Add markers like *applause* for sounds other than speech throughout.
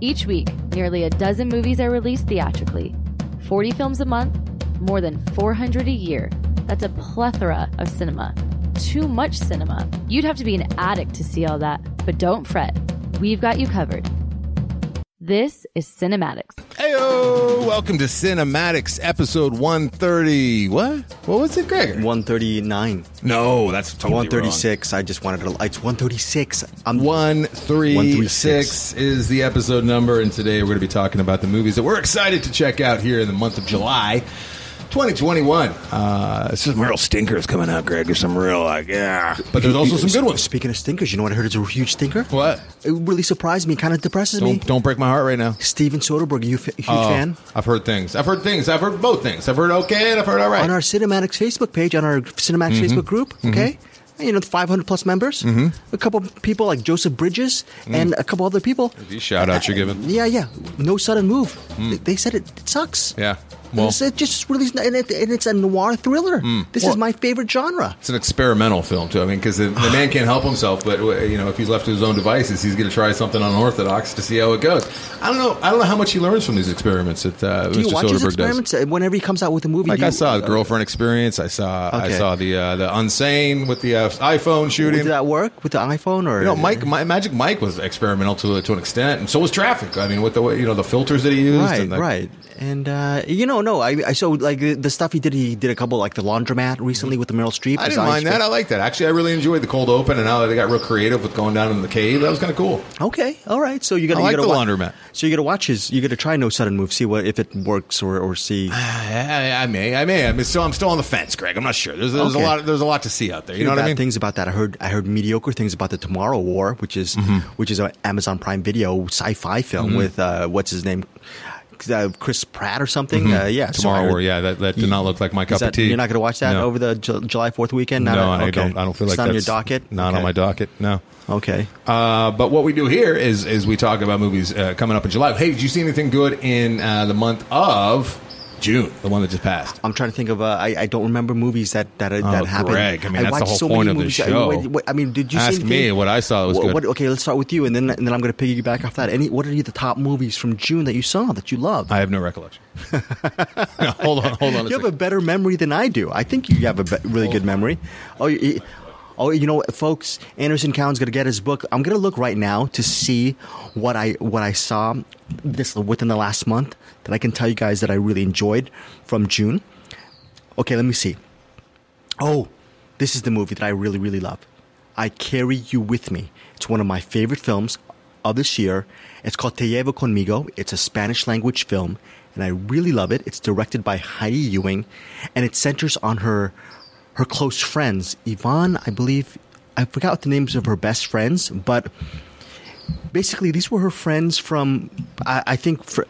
Each week, nearly a dozen movies are released theatrically, 40 films a month, more than 400 a year. That's a plethora of cinema. Too much cinema. You'd have to be an addict to see all that, but don't fret. We've got you covered. This is Cinematics. Heyo! Welcome to Cinematics, episode 130. What? What was it, Gregor? 139. No, that's totally wrong. 136. I just wanted to. It's 136. I'm 136 is the episode number, and today we're going to be talking about the movies that we're excited to check out here in the month of July. 2021. Uh, some real stinkers coming out, Greg. There's some real, like, yeah. But there's also some good ones. Speaking of stinkers, you know what I heard is a huge stinker? What? It really surprised me. Kind of depresses me. Don't, don't break my heart right now. Steven Soderbergh, you f- huge Oh, fan? I've heard things. I've heard things. I've heard both things. I've heard okay and I've heard all right. On our Cinematics Facebook page, on our Cinematics Mm-hmm. Facebook group, okay? You know, 500 plus members. Mm-hmm. A couple people like Joseph Bridges and a couple other people. These shout outs Mm. you're *laughs* giving. Mm. Yeah, yeah. No sudden move. They, they said it, it sucks. Yeah. Well, Well, Mm. it's, it just really, and, it, and it's a noir thriller. This is my favorite genre. it's an experimental film, too. I mean, because the, the man can't help himself, but, uh, you know, if he's left to his own devices, he's going to try something unorthodox to see how it goes. I don't know. I don't know how much he learns from these experiments that uh, Do you Mr. watch Soderbergh his does. experiments Uh, whenever he comes out with a movie? Like do I you- uh, saw girlfriend experience. I saw I Okay. saw the uh, the unsane with the uh, iPhone shooting. Did that work with the iPhone or You know, Mike, my, Magic Mike was experimental to to an extent, and so was traffic. I mean, with the way you know the filters that he used, Right, and the- right, and uh, you know, no, I, I so like the, the stuff he did. He did a couple like the laundromat recently with the Meryl Streep. I his didn't eyes mind that. fit- I like that. Actually, I really enjoyed the cold open and how they got real creative with going down in the cave. That was kind of cool. Okay, all right. So you got I like you the gotta wa- laundromat. So you got to watch his. You got to try no sudden move. See what if it works or or *sighs* see. I, I- I may, I may. I'm still, I'm still on the fence, Greg. I'm not sure. There's, there's Okay. a lot, there's a lot to see out there. You know what bad I mean? Things about that. I heard. I heard mediocre things about the Tomorrow War, which is Mm-hmm. which is an Amazon Prime Video sci-fi film with uh, what's his name, uh, Chris Pratt or something. Uh, yeah, so I Mm-hmm. Tomorrow, heard- or yeah, that, that did not look like my cup Is of that, tea. you're not going to watch that No. over the Ju- July Fourth weekend? Not no, a- I okay. don't. I don't feel like it's not on your that's docket. Not on Okay. my docket. No. Okay. Uh, but what we do here is is we talk about movies uh, coming up in July. Hey, did you see anything good in uh, the month of June, the one that just passed? I'm trying to think of. Uh, I I don't remember movies that that that happened. Oh, Greg, I mean, that's the watched whole so point many of the movies. I- show. what- what- I mean, did you see Ask me anything- what I saw that was What- good. what- okay, let's start with you, and then and then I'm going to piggyback off that. Any what are the top movies from June that you saw that you loved? I have no *laughs* recollection. No, hold on, hold on. a you have a second. better memory than I do. I think you have a be- really good memory. Oh, you- you, oh, you know, what, folks, Anderson Cowan's going to get his book. I'm going to look right now to see what I what I saw this within the last month that I can tell you guys that I really enjoyed from June. Okay, let me see. Oh, this is the movie that I really really love. I carry you with me. It's one of my favorite films of this year. It's called Te Llevo Conmigo. It's a Spanish language film, and I really love it. It's directed by Heidi Ewing, and it centers on her her close friends. Yvonne, I believe, I forgot what the names of her best friends, but basically these were her friends from i, I think for,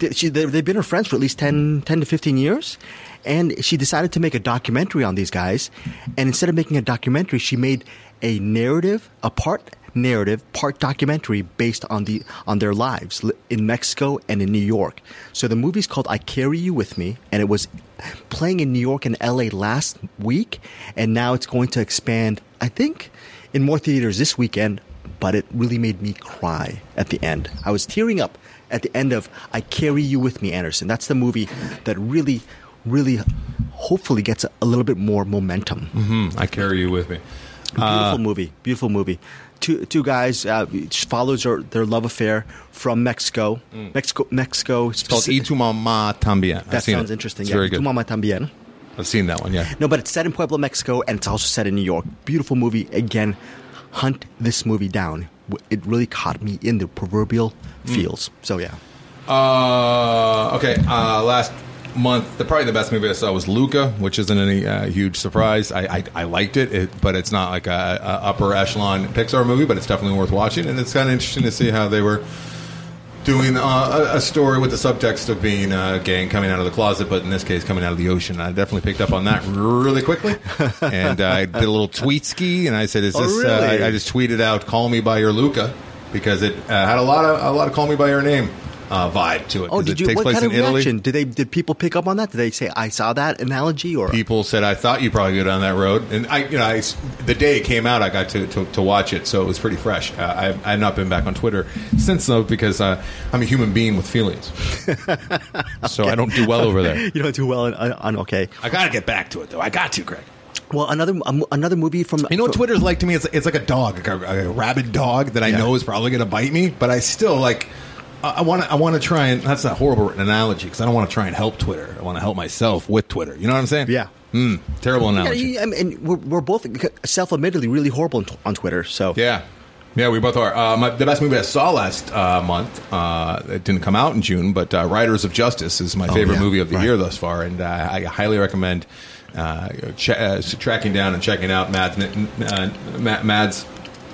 th- she, they, they've been her friends for at least 10, 10 to 15 years and she decided to make a documentary on these guys and instead of making a documentary she made a narrative a part narrative part documentary based on the on their lives li- in mexico and in new york so the movie's called i carry you with me and it was playing in new york and la last week and now it's going to expand i think in more theaters this weekend but it really made me cry at the end. I was tearing up at the end of I Carry You With Me, Anderson. That's the movie that really, really hopefully gets a, a little bit more momentum. Hmm, I carry you with me. Uh. Beautiful movie, beautiful movie. Two, two guys uh, it follows their, their love affair from Mexico. Mexico, Mexico. Mm. It's called E tu mama tambien. I've that seen sounds it. interesting. It's yeah. very good. Tu Mama Tambien. I've seen that one. Yeah. No, but it's set in Puebla, Mexico, and it's also set in New York. Beautiful movie. Again, hunt this movie down. W- It really caught me in the proverbial fields. So yeah, Uh, okay. Uh, last month, the probably the best movie I saw was Luca, which isn't any uh, huge surprise. I, I, I liked it, it, but it's not like a, a upper echelon Pixar movie, but it's definitely worth watching, and it's kind of interesting to see how they were doing uh, a, a story with the subtext of being a gang coming out of the closet, but in this case, coming out of the ocean. I definitely picked up on that really *laughs* quickly, and uh, I did a little tweet ski, and I said, "Is Oh, this?" uh, really? I, I just tweeted out, "Call me by your Luca," because it uh, had a lot of a lot of "Call me by your name." uh, vibe to it. Oh, 'cause did it you? takes What place kind of in Italy. reaction? Did they? Did people pick up on that? Did they say, "I saw that analogy"? Or people said I thought you probably go down that road, and I, you know, I, the day it came out, I got to, to, to watch it, so it was pretty fresh. Uh, I, I've not been back on Twitter since though because uh, I'm a human being with *laughs* feelings, so I don't do well over there. *laughs* you don't do well on, on okay. I gotta get back to it though. I got to, Greg. Well, another um, another movie from You know what from- Twitter's like to me? It's it's like a dog, like a, a rabid dog that I Yeah. know is probably going to bite me, but I still like. I want to. I want to try and. That's a horrible analogy because I don't want to try and help Twitter. I want to help myself with Twitter. You know what I'm saying? Yeah. Mm, terrible Yeah, analogy. you- I mean, we're, we're both uh, self-admittedly really horrible on, tw- on Twitter. So Yeah. Yeah, we both are. Uh, my, the best movie I saw last uh, month, uh, it didn't come out in June, but uh, Riders of Justice is my favorite yeah. movie of the Right. year thus far, and uh, I highly recommend uh, ch- uh, tracking down and checking out Mads, Ni- uh, Ma- Mads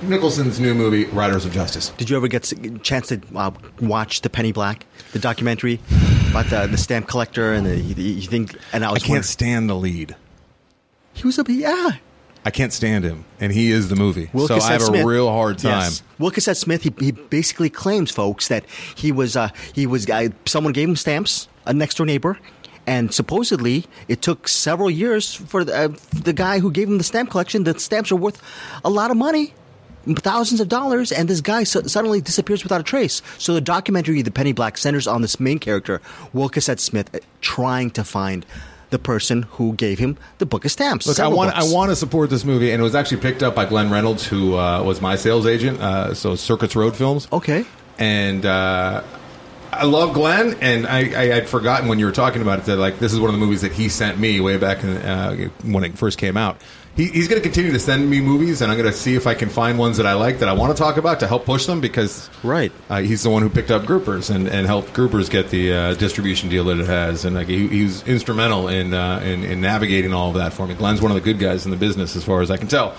Nicholson's new movie, Riders of Justice. Did you ever get a chance to uh, watch the Penny Black, the documentary about the, the stamp collector and the, the you think? And I I was can't wondering- stand the lead. he was a yeah. I can't stand him, and he is the movie. so I Wilkes have a Smith. real hard time. Yes. Wilkes S. Smith. He, he basically claims, folks, that he was uh, he was uh, someone gave him stamps, a next door neighbor, and supposedly it took several years for the, uh, the guy who gave him the stamp collection. The stamps are worth a lot of money. Thousands of dollars, and this guy su- suddenly disappears without a trace. So the documentary, The Penny Black, centers on this main character, Wilkes S. Smith, uh, trying to find the person who gave him the book of stamps. Look, I Several want I books. want to support this movie, and it was actually picked up by Glenn Reynolds, who uh, was my sales agent. Uh, so Circuits Road Films. Okay. and uh, I love Glenn. And I, I, I'd forgotten when you were talking about it that like this is one of the movies that he sent me way back in, uh, when it first came out. He, he's going to continue to send me movies, and I'm going to see if I can find ones that I like that I want to talk about to help push them because Right. uh, he's the one who picked up Groupers and, and helped Groupers get the uh, distribution deal that it has, and like he, he was instrumental in, uh, in in navigating all of that for me. Glenn's one of the good guys in the business, as far as I can tell.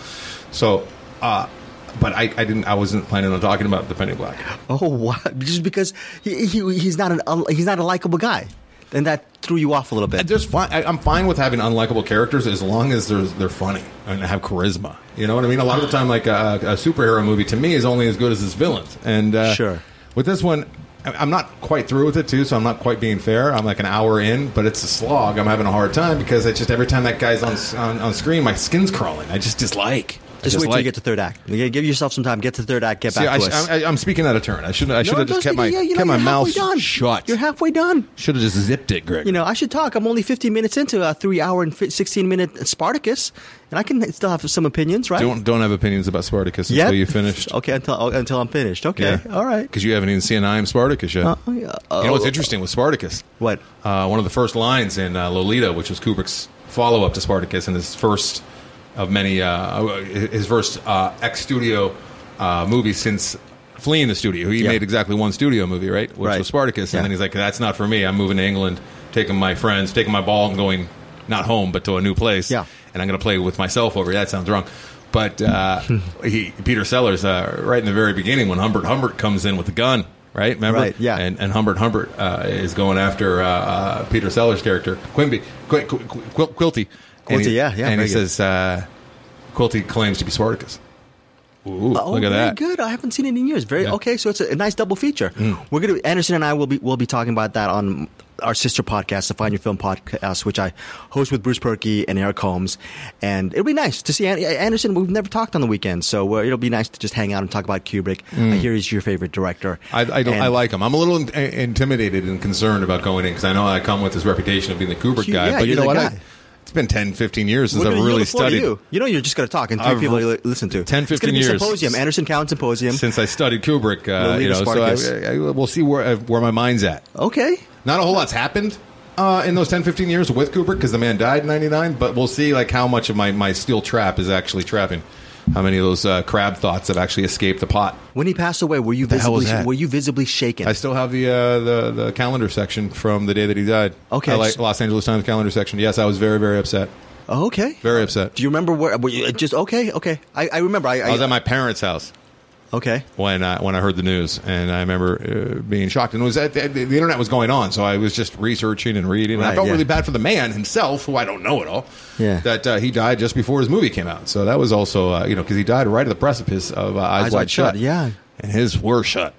So, uh, but I, I didn't, I wasn't planning on talking about the Penny Black. Oh, *laughs* what? Just because he, he he's not an he's not a likable guy, and that threw you off a little bit. There's fine. I, I'm fine with having unlikable characters as long as they're they're funny and have charisma. You know what I mean? A lot of the time, like a, a superhero movie to me is only as good as its villains. And uh, Sure. with this one, I- I'm not quite through with it too, so I'm not quite being fair. I'm like an hour in, but it's a slog. I'm having a hard time because it's just every time that guy's on s- on, on screen, my skin's crawling. I just dislike. I Just wait till like- you get to third act. You gotta Give yourself some time. Get to third act. Get back See, I, to us. I, I'm speaking out of turn. I should I should have No, just kept my yeah, you know, kept my you're halfway mouth done. shut. You're halfway done. Should have just zipped it, Greg. You know, I should talk. I'm only 15 minutes into a three-hour and fi- 16-minute Spartacus, and I can still have some opinions, right? don't don't have opinions about Spartacus Yep. until you *laughs* finished. Okay, until oh, until I'm finished. Okay, all right. Because you haven't even seen I Am Spartacus yet. Uh, yeah, uh, you know what's interesting with Spartacus? What? Uh, one of the first lines in uh, Lolita, which was Kubrick's follow up to Spartacus and his first of many, uh, his first uh, ex studio uh, movie since fleeing the studio. He Yeah. made exactly one studio movie, right? Which Right. was Spartacus. Yeah. And then he's like, that's not for me. I'm moving to England, taking my friends, taking my ball, and going not home, but to a new place Yeah. and I'm going to play with myself over. here. That sounds wrong. But uh, *laughs* he, Peter Sellers, uh, right in the very beginning, when Humbert Humbert comes in with a gun, right? Remember? Right, yeah. And, and Humbert Humbert uh, is going after uh, uh, Peter Sellers' character, Quimby, Qu- Qu- Qu- Quilty. And Quilty, he- yeah, yeah, And he very good. says, uh, Quilty claims to be Spartacus. Ooh, Oh, look at very that. Good. I haven't seen it in years. Very Yeah. Hmm. okay. So it's a, a nice double feature. We're gonna Anderson and I will be will be talking about that on our sister podcast, the Find Your Film podcast, which I host with Bruce Perky and Eric Holmes. And it'll be nice to see An- Anderson. We've never talked on the weekend, so uh, it'll be nice to just hang out and talk about Kubrick. I hear he's your favorite director. Hmm. I, I, don't, And- I like him. I'm a little in, uh, intimidated and concerned about going in because I know I come with this reputation of being the Kubrick You- guy. yeah, but you you're know the what? guy. I- it's been 10, 15 years since We're I've gonna yield really the floor to studied. You. you know, you're just going to talk, and three I've- people li- listen to. 10, it's 15 gonna be a years. symposium, Anderson Cowan Symposium. since I studied Kubrick. Uh, Lolita you know, so Spartacus. I, I, we'll see where uh, where my mind's at. okay, Not a whole lot's happened uh, in those 10, 15 years with Kubrick because the man died in '99. But we'll see like how much of my my steel trap is actually trapping, how many of those uh, crab thoughts have actually escaped the pot. when he passed away, were you the hell was visibly that? were you visibly shaken? I still have the uh, the the calendar section from the day that he died. Okay. I like Los Angeles Times calendar section. Yes, I was very very upset, okay, very upset. Do you remember where? Were you, just okay, okay. I, I remember. I, I, I was at my parents' house. okay. when I, when I heard the news, and I remember uh, being shocked. And it was at, the, the internet was going on, so I was just researching and reading. and I Right, felt yeah. really bad for the man himself, who I don't know at all. Yeah. that uh, he died just before his movie came out. So that was also uh, you know because he died right at the precipice of uh, Eyes, Wide Shut. Yeah, and his were shut.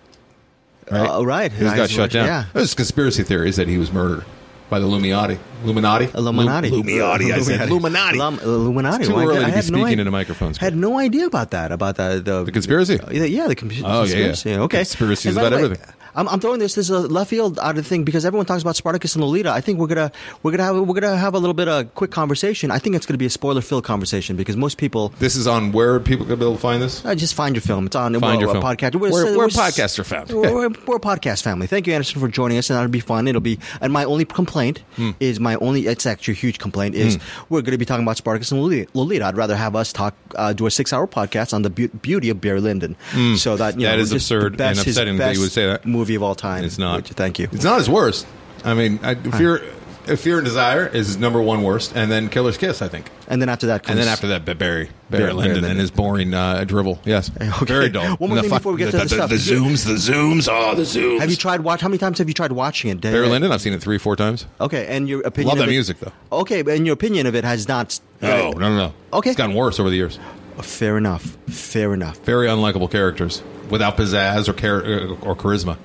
Right? Uh, right. He just got Nice shut work, down. yeah. There's conspiracy theories that he was murdered by the Illuminati. Illuminati? Illuminati. Lu- Illuminati. I said Illuminati. Lum- Illuminati. It's too Why- early I to be had no speaking idea- into microphones. Had no idea about that. About the the, The conspiracy. Yeah, yeah, the cons- Oh, yeah, yeah. conspiracy. Okay, Conspiracies And by the about way, everything. I'm, I'm throwing this this uh, left field out of the thing because everyone talks about Spartacus and Lolita. I think we're gonna we're gonna have we're gonna have a little bit of quick conversation. I think it's gonna be a spoiler filled conversation because most people This is on where people could be able to find this? uh, just find your film. It's on Find we're, your we're film. podcast. Where- where s- podcasts are found. We're, Yeah. we're, we're a podcast family. Thank you, Anderson, for joining us, and that'll be fun. It'll be and my only complaint Hmm. is my only. It's actually a huge complaint is we're going to be talking about Spartacus and Lolita. Lolita. I'd rather have us talk uh, do a six-hour podcast on the be- beauty of Barry Lyndon. So that you Hmm. That know, is just absurd the best- and his upsetting that you best would say that. movie of all time. It's not. Which- thank you. It's not his worst. I mean, I, Fear, Fear and Desire is his number one worst, and then Killer's Kiss, I think. And then after that comes. And then after that, Barry, Barry, Barry Lyndon, Lyndon. and his boring uh, drivel. *laughs* Yes, *laughs* Okay. very dull. One more And the thing fuck- before we get to the *laughs* stuff. The zooms, the zooms, oh, the zooms. have you tried watch? How many times have you tried watching it? Barry Lyndon? I've seen it three, four times. Okay, and your opinion. Love of that it- music, though. Okay, but and your opinion of it has not. No, no, no, no. Okay. it's gotten worse over the years. Fair enough. Fair enough. Very unlikable characters without pizzazz or char- uh, or charisma.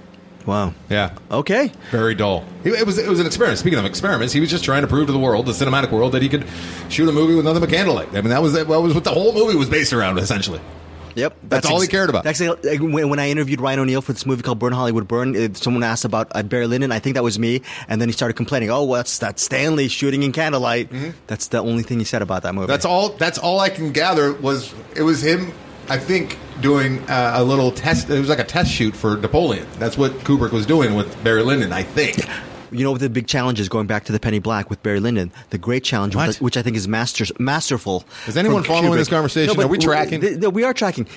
Wow. Yeah, Okay. very dull. It, it was it was an experiment. Speaking of experiments, he was just trying to prove to the world, the cinematic world, that he could shoot a movie with nothing but candlelight. I mean, that was that was what the whole movie was based around, essentially. Yep, That's all he cared about. That's like, like, when, when I interviewed Ryan O'Neal for this movie called Burn Hollywood Burn. It, someone asked about uh, Barry Lyndon. I think that was me, and then he started complaining. Oh, what's that Stanley shooting in candlelight? That's the only thing he said about that movie. Mm-hmm. That's all. That's all I can gather was it was him. I think doing uh, a little test. It was like a test shoot for Napoleon. That's what Kubrick was doing with Barry Lyndon. I think. You know what the big challenge is going back to the Penny Black with Barry Lyndon. The great challenge, What? with- which I think is masters, masterful. Is anyone from following Kubrick. this conversation? but Are we w- tracking? th- no, we are tracking.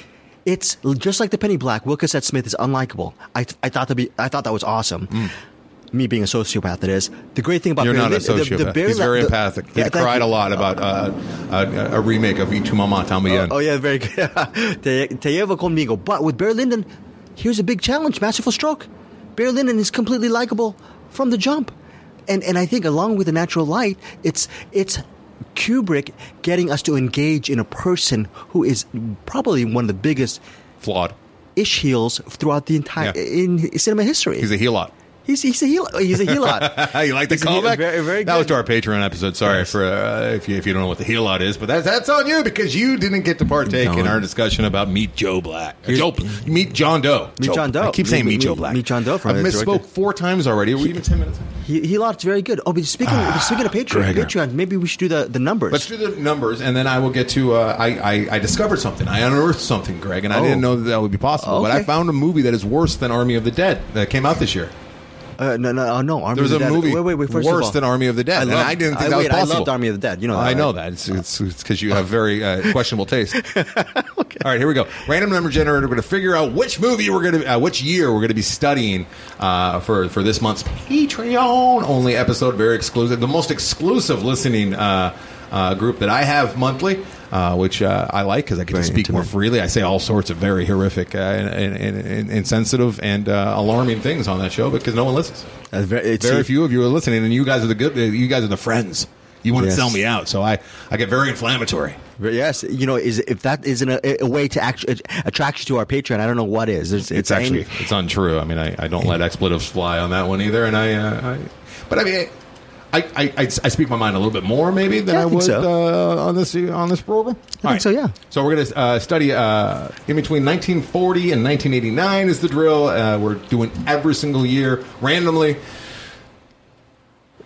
It's l- just like the Penny Black. Will Cassette Smith is unlikable. I, th- I thought that be I thought that was awesome. Me being a sociopath, that is. The great thing about Hmm. You're Barry not a Lyndon, sociopath. The, the Barry He's Lyndon- very the- empathic. He Yeah, thank cried you. a lot about uh, a, a remake of Itu Mama Tambien. Oh yeah, very good. *laughs* Te, te llevo conmigo. But with Barry Lyndon, here's a big challenge: masterful stroke. Barry Lyndon is completely likable from the jump, and and I think along with the natural light, it's it's Kubrick getting us to engage in a person who is probably one of the biggest Flawed. ish heels throughout the entire Yeah. in cinema history. He's a heelot. he's he's a heel. He's a *laughs* heelot. you like the He's a heel- callback? very- very that was to good. our Patreon episode. Sorry for uh, if you if you don't know what the heelot is, but that's that's on you because you didn't get to partake in No. our discussion about Meet Joe Black. Joe, meet John Doe. Meet Joe- John Doe. I keep saying Meet- Meet, meet- Joe Black. meet John Doe I from the director. misspoke four times already. Are we even ten minutes? in? he, heelot's very good. Oh, but speaking speaking of Patreon, Ah, Gregor. Patreon, maybe we should do the the numbers. Let's do the numbers, and then I will get to. Uh, I, I I discovered something. I unearthed something, Greg, and I Oh. didn't know that, that would be possible. But Okay. I found a movie that is worse than Army of the Dead that came out this year. Uh, no, no, uh, no. Army There was of the a Dead. movie wait, wait, wait, first of worse all, than Army of the Dead, I and loved- I didn't think that was wait, possible. I loved Army of the Dead. You know, that, I right? know that. It's because you have very *laughs* uh, questionable taste. *laughs* All right, here we go. Random number generator. We're going to figure out which movie we're going to, uh, which year we're going to be studying uh, for for this month's Patreon only episode. Very exclusive, the most exclusive listening uh, uh, group that I have monthly. Uh, which uh, I like because I get Very to speak more intimate. freely. I say all sorts of very horrific uh, and, and, and insensitive and uh, alarming things on that show because no one listens That's very, it's- very few of you are listening, and you guys are the good. You guys are the friends. You want Yes. to sell me out, so I I get very inflammatory. Yes, you know, is if that isn't a, a way to act, attract you to our Patreon, I don't know what is. It's, it's, aim- it's untrue. I mean, I, I don't let expletives fly on that one either, and I, uh, I but I mean. I, I, I, I speak my mind a little bit more maybe than Yeah, I I, think would so. uh, on this on this program. I think so, yeah. So we're going to uh, study uh, in between 1940 and 1989 is the drill. Uh, we're doing every single year randomly.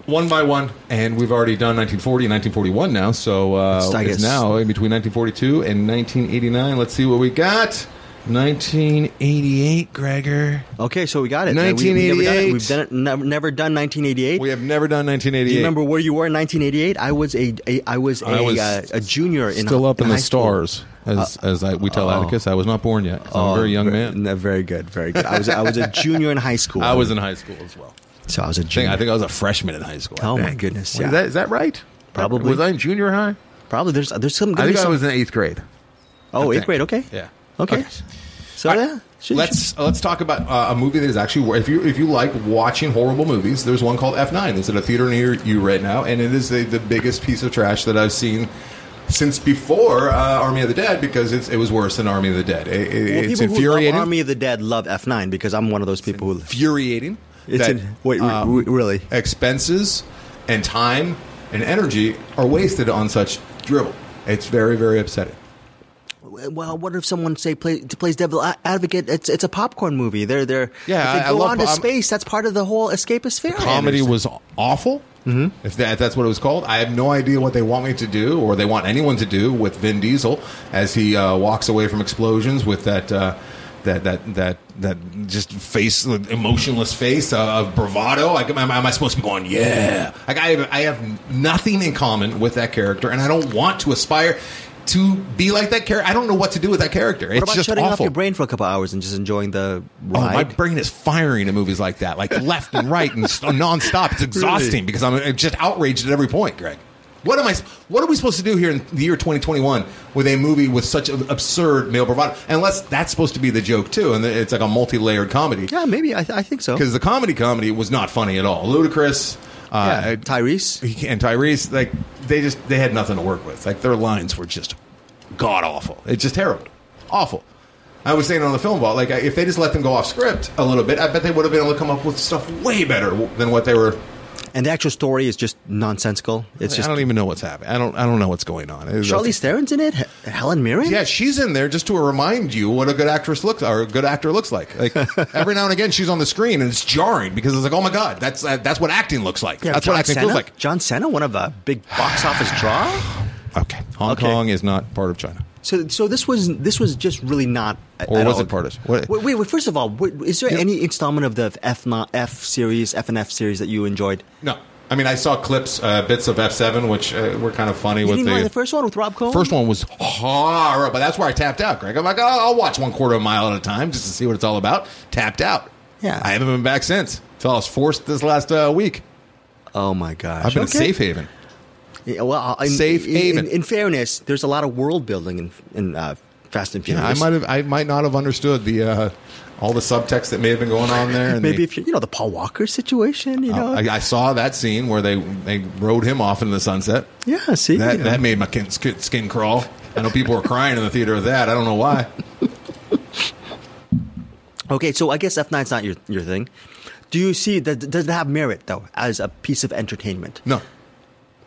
one by one, and we've already done 1940 and 1941 now. So uh, It's, I it's guess- now in between 1942 and 1989. Let's see what we got. 1988, Gregor. okay, so we got it. We- we've never done 1988. it. We've done it, never, never done 1988. We have never done 1988. Do you remember where you were in 1988? I was a, a I was a, I was uh, a junior in Still up in, high the school. Uh, stars, as as I, we tell Atticus. I was not born yet. 'cause I'm a very young man. Oh, No, very good, very good. I was *laughs* I was a junior in high school. I was in high school as well. so I was I a think, junior. I think I was a freshman in high school. I Oh, my think. goodness, Is yeah. that- is that right? Probably. Was I in junior high? Probably there's there's I some. gonna be think I some- was in eighth grade. Oh, I eighth think. grade. Okay. Yeah. Okay. Okay. So All right. yeah, should- Let's let's talk about uh, a movie that is actually wor- if you if you like watching horrible movies, there's one called F9. It's at a theater near you right now, and it is the, the biggest piece of trash that I've seen since before uh, Army of the Dead because it's, it was worse than Army of the Dead. It- it- Well, it's people who infuriating. love Army of the Dead love F9 because I'm one of those people who. infuriating. It's that, in, wait, re- uh, re- really? expenses and time and energy are wasted on such drivel. It's very, very upsetting. Well, what if someone say play, plays devil a- advocate? It's it's a popcorn movie. They're they're Yeah, If they I- I go love- on to I'm- space. That's part of the whole escapist fair. comedy Anderson. was awful. Mm-hmm. If, that, if that's what it was called, I have no idea what they want me to do or they want anyone to do with Vin Diesel as he uh, walks away from explosions with that. Uh, that, that that that just face emotionless face of bravado. Like, am, I- am I supposed to be going? Yeah. Like I have I have nothing in common with that character, and I don't want to aspire to be like that character. I don't know what to do with that character. What it's about just shutting off awful. your brain for a couple hours and just enjoying the Oh, my ride? brain is firing at movies like that, like left and right and st- nonstop. It's exhausting *laughs* Really? because I'm uh, just outraged at every point, Greg. What am I? s- What are we supposed to do here in the year 2021 with a movie with such a- absurd male bravado? Unless that's supposed to be the joke too, and it's like a multi-layered comedy yeah, maybe I, th- I think so. because the comedy comedy was not funny at all, ludicrous. Uh, Yeah, Tyrese. he- and Tyrese, like they just they had nothing to work with. Like their lines were just god awful. It's just terrible, awful. I was saying on the film vault, like I- if they just let them go off script a little bit, I bet they would have been able to come up with stuff way better w- than what they were. And the actual story is just nonsensical. It's just I don't even know what's happening. I don't. I don't know what's going on. It was- Charlize Theron's in it. H- Helen Mirren. Yeah, she's in there just to remind you what a good actress looks or a good actor looks like. *laughs* Like every now and again, she's on the screen and it's jarring because it's like, oh my god, that's that's what acting looks like. Yeah, that's John what acting Cena? feels like. John Cena, one of a big box office draw. Okay, Hong Okay. Kong is not part of China. So, so this was this was just really not. a- Or at was all- it part of- what- Wait, wait, wait, First of all, wait, is there Yeah. any installment of the F not F series, F and F series that you enjoyed? No. I mean, I saw clips, uh, bits of F7, which uh, were kind of funny. You with didn't the, like the first one with Rob Cohen. first one was horrible. but That's where I tapped out, Greg. I'm like, oh, I'll watch one quarter of a mile at a time just to see what it's all about. Tapped out. Yeah. I haven't been back since. So I was forced this last uh, week. Oh my gosh! I've been Okay. at Safe Haven. Yeah, well, in, Safe in, haven. In, in fairness, there's a lot of world building in, in uh, Fast and Furious. I might have, I might not have understood the uh, all the subtext that may have been going on there. And maybe the- if you you know the Paul Walker situation, you know. I, I saw that scene where they they rode him off into the sunset. yeah, see, That you know. that made my skin, skin skin crawl. I know people were crying in the theater of that. I don't know why. Okay, so I guess F 9s not your your thing. Do you see that? Does it have merit though as a piece of entertainment? No,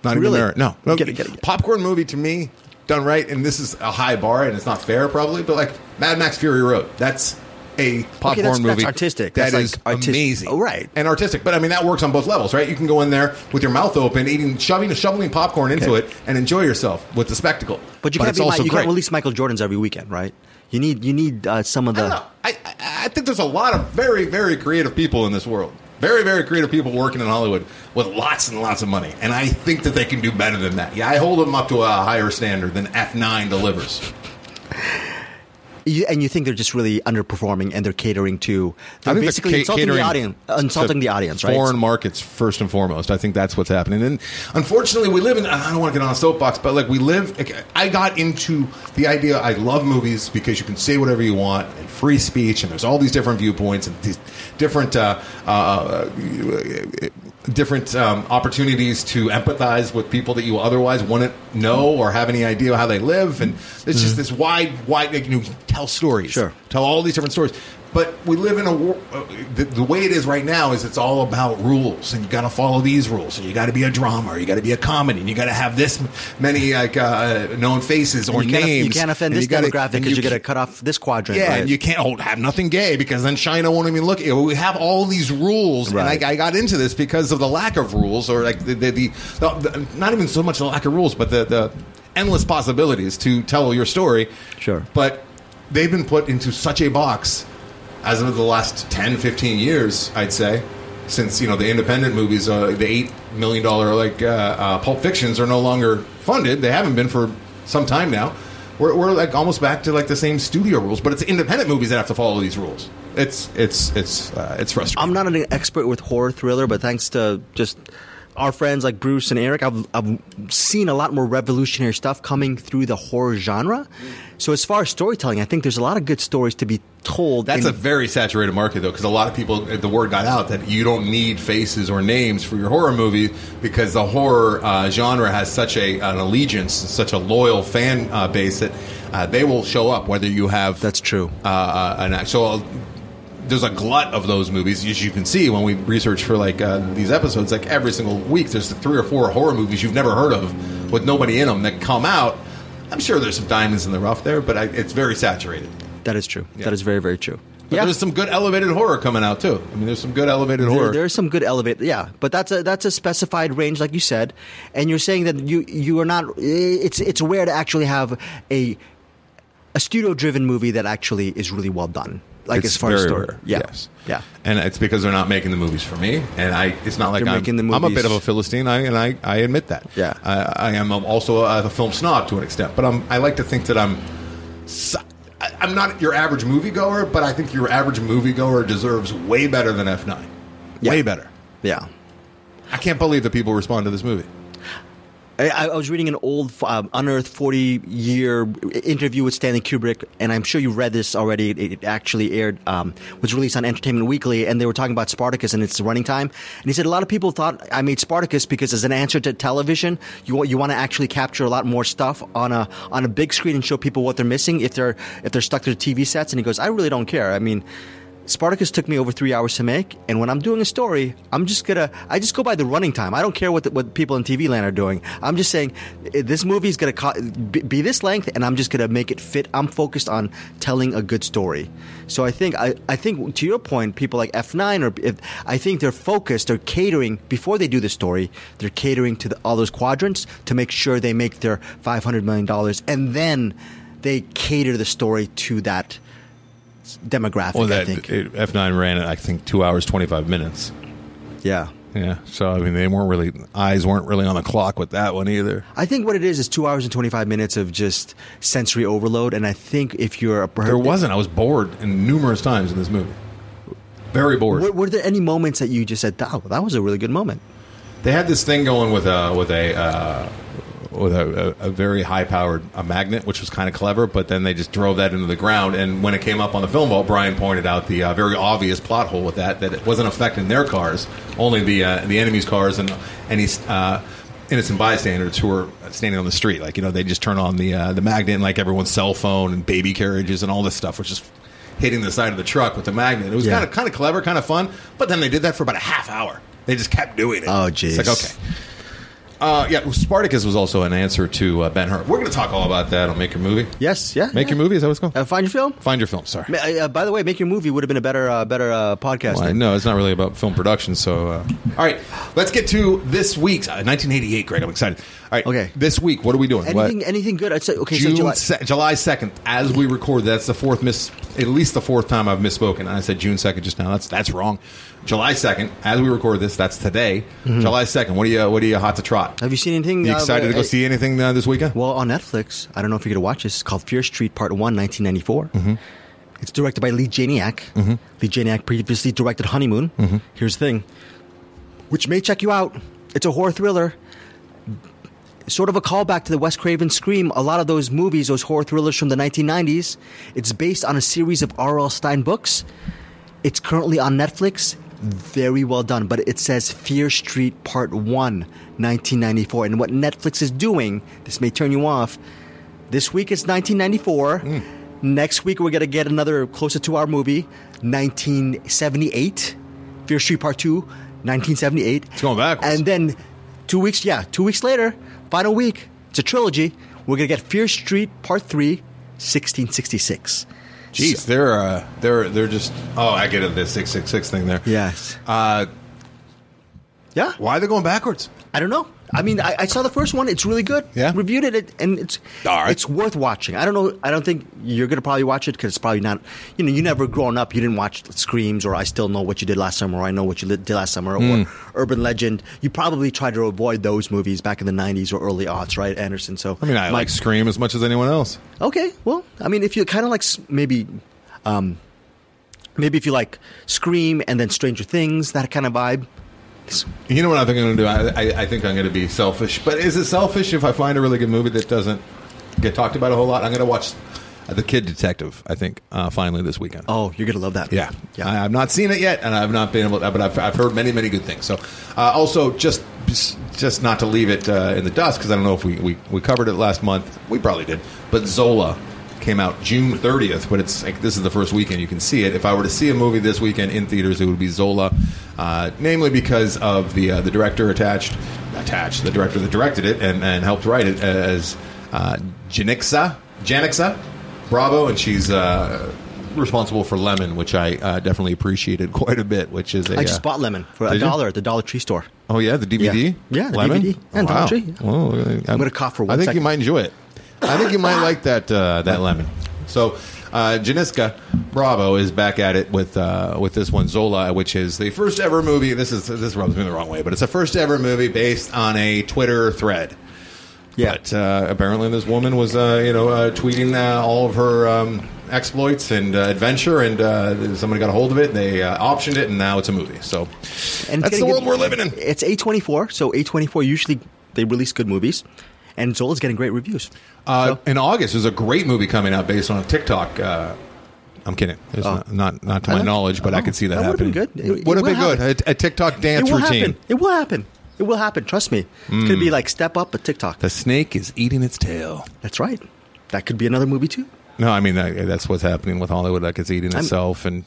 not even Really? there. No, no. Get it, get it, get it. popcorn movie to me done right, and this is a high bar, and it's not fair probably, but like Mad Max Fury Road, that's a popcorn that's- that's movie. artistic. That That's, is like, artis- amazing. Oh, right. and artistic. But I mean, that works on both levels, right? You can go in there with your mouth open, eating, shoving, shoveling popcorn into Okay. it, and enjoy yourself with the spectacle. But you can't it's be also like, you great. can't release Michael Jordans every weekend, right? You need you need uh, some of I the. don't know. I, I, I think there's a lot of very, very creative people in this world. Very, very creative people working in Hollywood with lots and lots of money. And I think that they can do better than that. Yeah, I hold them up to a higher standard than F9 delivers. You, and you think they're just really underperforming and they're catering to. think They're they're basically ca- insulting the catering audience. Insulting to the audience, right? Foreign markets first and foremost. I think that's what's happening. And unfortunately, we live in. I don't want to get on a soapbox, but like we live. like, I got into the idea. I love movies because you can say whatever you want and free speech, and there's all these different viewpoints and these different. Uh, uh, Different um, opportunities to empathize with people that you otherwise wouldn't know or have any idea how they live, and it's just this wide, wide. Like, you know, you can tell stories, Mm-hmm. Sure. tell all these different stories. But we live in a wor- uh, the, the way it is right now is it's all about rules, and you got to follow these rules, and you got to be a drama, or you got to be a comedy, and you got to have this m- many like uh, known faces or you can't, names. you can't offend and this you gotta- demographic and because you're going to can't- cut off this quadrant. yeah, right? and you can't hold, have nothing gay because then China won't even look. We have all these rules, Right. and I, I got into this because of the lack of rules, or like the the, the, the, not even so much the lack of rules, but the, the endless possibilities to tell your story. Sure. but they've been put into such a box as of the last 10, 15 years, I'd say. Since you know the independent movies, uh, the eight million dollar like uh, uh, Pulp Fictions are no longer funded. They haven't been for some time now. We're, we're like almost back to like the same studio rules, but it's independent movies that have to follow these rules. It's it's it's uh, it's frustrating. I'm not an expert with horror thriller, but thanks to just our friends like Bruce and Eric, I've, I've seen a lot more revolutionary stuff coming through the horror genre. So as far as storytelling, I think there's a lot of good stories to be told. That's in- a very saturated market though, because a lot of people, uh, the word got out that you don't need faces or names for your horror movie because the horror uh, genre has such a an allegiance, such a loyal fan uh, base that uh, they will show up whether you have That's true. Uh, uh, an act- so uh, there's a glut of those movies, as you can see when we research for like uh, these episodes. Like every single week, there's three or four horror movies you've never heard of with nobody in them that come out. I'm sure there's some diamonds in the rough there, but I, it's very saturated. that is true. Yeah. That is very very true. But there's some good elevated horror coming out too. I mean, there's some good elevated There- horror. There's some good elevate, yeah, but that's a that's a specified range, like you said, and you're saying that you you are not. It's it's rare to actually have a a studio driven movie that actually is really well done, like It's as far as very story. rare, Yeah, yes. yeah. and it's because they're not making the movies for me. And I, it's not like They're I'm, making the I'm a bit movies- of a philistine, I, and I, I admit that. Yeah. I, I am also a, a film snob to an extent, but I'm, I like to think that I'm. su- I- I'm not your average moviegoer, but I think your average moviegoer deserves way better than F9. Way Yeah. better. Yeah. I can't believe that people respond to this movie. I, I was reading an old, um, unearthed 40 year interview with Stanley Kubrick, and I'm sure you read this already. It, it actually aired, um, was released on Entertainment Weekly, and they were talking about Spartacus and its running time. And he said a lot of people thought I made Spartacus because as an answer to television, you want, you want to actually capture a lot more stuff on a on a big screen and show people what they're missing if they're if they're stuck to their TV sets. And he goes, I really don't care. I mean. Spartacus took me over three hours to make, and when I'm doing a story, I'm just gonna I just go by the running time. I don't care what the, what people in TV land are doing. I'm just saying eh, this movie's gonna co- be, be this length, and I'm just gonna make it fit. I'm focused on telling a good story. So I think I, I think to your point, people like F9 or if, I think they're focused. They're catering before they do the story. They're catering to the, all those quadrants to make sure they make their 500 million dollars, and then they cater the story to that demographic. Well, that I think. it, F9 ran at I think two hours twenty five minutes. Yeah. Yeah, so I mean, they weren't really eyes weren't really on the clock with that one either. I think what it is is two hours and 25 minutes of just sensory overload. And I think if you're a. There wasn't. I was bored in numerous times in this movie. Very bored. Were, were there any moments that you just said, oh, that was a really good moment? They had this thing going with a with a uh, with a, a, a very high powered a magnet, which was kind of clever. But then they just drove that into the ground. And when it came up on the film vault, Brian pointed out the uh, very obvious plot hole with that that it wasn't affecting their cars, only the uh, the enemy's cars and any. Uh, Innocent bystanders who were standing on the street, like you know, they just turn on the uh, the magnet, and like everyone's cell phone and baby carriages and all this stuff, which is hitting the side of the truck with the magnet. It was Yeah. kind of kind of clever, kind of fun. But then they did that for about a half hour. They just kept doing it. Oh, It's like jeez. okay, uh, yeah, Spartacus was also an answer to uh, Ben Hur. We're going to talk all about that on Make Your Movie. Yes. Yeah. Make Your Movie is that what it's called? Uh, find your film? Find your film. Sorry, Ma- Uh, by the way, Make Your Movie would have been a better uh, better uh, podcast. Well, I name. know it's not really about film production. So, uh, all right, let's get to this week's uh, 1988. Greg, I'm excited. All right, Okay. this week, what are we doing? What- Anything, anything good? I'd say, okay, June so July. se- July second, as we record, that's the fourth miss, at least the fourth time I've misspoken. And I said June second just now. That's that's wrong. July second, as we record this, that's today. Mm-hmm. July second. What are you What are you hot to trot? Have you seen anything? You uh, excited to go uh, see anything uh, this weekend? Well, on Netflix, I don't know if you're going to watch this. It's called Fear Street Part 1, 1994. It's directed by Lee Janiak. Lee Janiak previously directed Honeymoon. Here's the thing, which may check you out. It's a horror thriller. Sort of a callback to the Wes Craven Scream. A lot of those movies, those horror thrillers from the 1990s, it's based on a series of R.L. Stein books. It's currently on Netflix. Very well done, but it says Fear Street Part 1, 1994. And what Netflix is doing, this may turn you off. This week it's 1994. Next week we're going to get another closer to our movie, 1978. Fear Street Part 2, 1978. It's going backwards. And then two weeks, yeah, two weeks later, final week, it's a trilogy. We're going to get Fear Street Part 3, 1666. Jeez, they're uh, they're they're just oh, I get it, the six six six thing there. Yes. Uh, Yeah. why are they going backwards? I don't know. I mean, I, I saw the first one. It's really good. Yeah? reviewed it, it and it's All right. it's worth watching. I don't know. I don't think you're gonna probably watch it because it's probably not. You know, you never grown up. You didn't watch Screams or I Still Know What You Did Last Summer or I Know What You Li- Did Last Summer Hmm. or Urban Legend. You probably tried to avoid those movies back in the '90s or early aughts, right, Anderson? So I mean, I like Scream as much as anyone else. Okay, well, I mean, if you kind of like s- maybe, um, maybe if you like Scream and then Stranger Things, that kind of vibe, movies. You know what I think I'm going to do? I, I, I think I'm going to be selfish. But is it selfish if I find a really good movie that doesn't get talked about a whole lot? I'm going to watch uh, The Kid Detective. I think uh, finally this weekend. Oh, you're gonna love that. Yeah, yeah. I, I've not seen it yet, and I've not been able, but I've, I've heard many, many good things. So, uh, also just just not to leave it uh, in the dust because I don't know if we, we we covered it last month. We probably did, but Zola came out June 30th, but it's like this is the first weekend you can see it. If I were to see a movie this weekend in theaters, it would be Zola, uh, namely because of the uh, the director attached attached the director that directed it and, and helped write it as uh, Janixa Janixa Bravo, and she's. Uh, responsible for lemon which i uh, definitely appreciated *laughs* quite a bit which is a I just uh, bought Lemon for Did a you? dollar at the Dollar Tree store. Oh yeah, the DVD. Yeah. Yeah, the DVD. Oh, And wow. Dollar Tree. Well, I- I'm, gonna cough for one I think you second. might enjoy it. I think you might like that uh, that lemon. So, uh, Janiska Bravo is back at it with uh, with this one Zola, which is the first ever movie. This is this rubs me the wrong way, but it's the first ever movie based on a Twitter thread. Yeah. But uh, apparently, this woman was, uh, you know, uh, tweeting uh, all of her um, exploits and uh, adventure, and uh, somebody got a hold of it. They uh, optioned it, and now it's a movie. So And it's that's gonna the get- world we're living in. It's A24, so A24 usually they release good movies, and Zola's getting great reviews. Uh, in August, there's a great movie coming out based on a TikTok. Uh, I'm kidding. It's not, not not to my Oh. knowledge, but I could see that, That would've happening. been good. It- It would have it been will good. A, a TikTok dance it will routine. Mm. happen. It will happen. It will happen. Trust me. It's gonna be like Step Up, but TikTok. The snake is eating its tail. That's right. That could be another movie too. No, I mean that, that's what's happening with Hollywood. Like it's eating itself and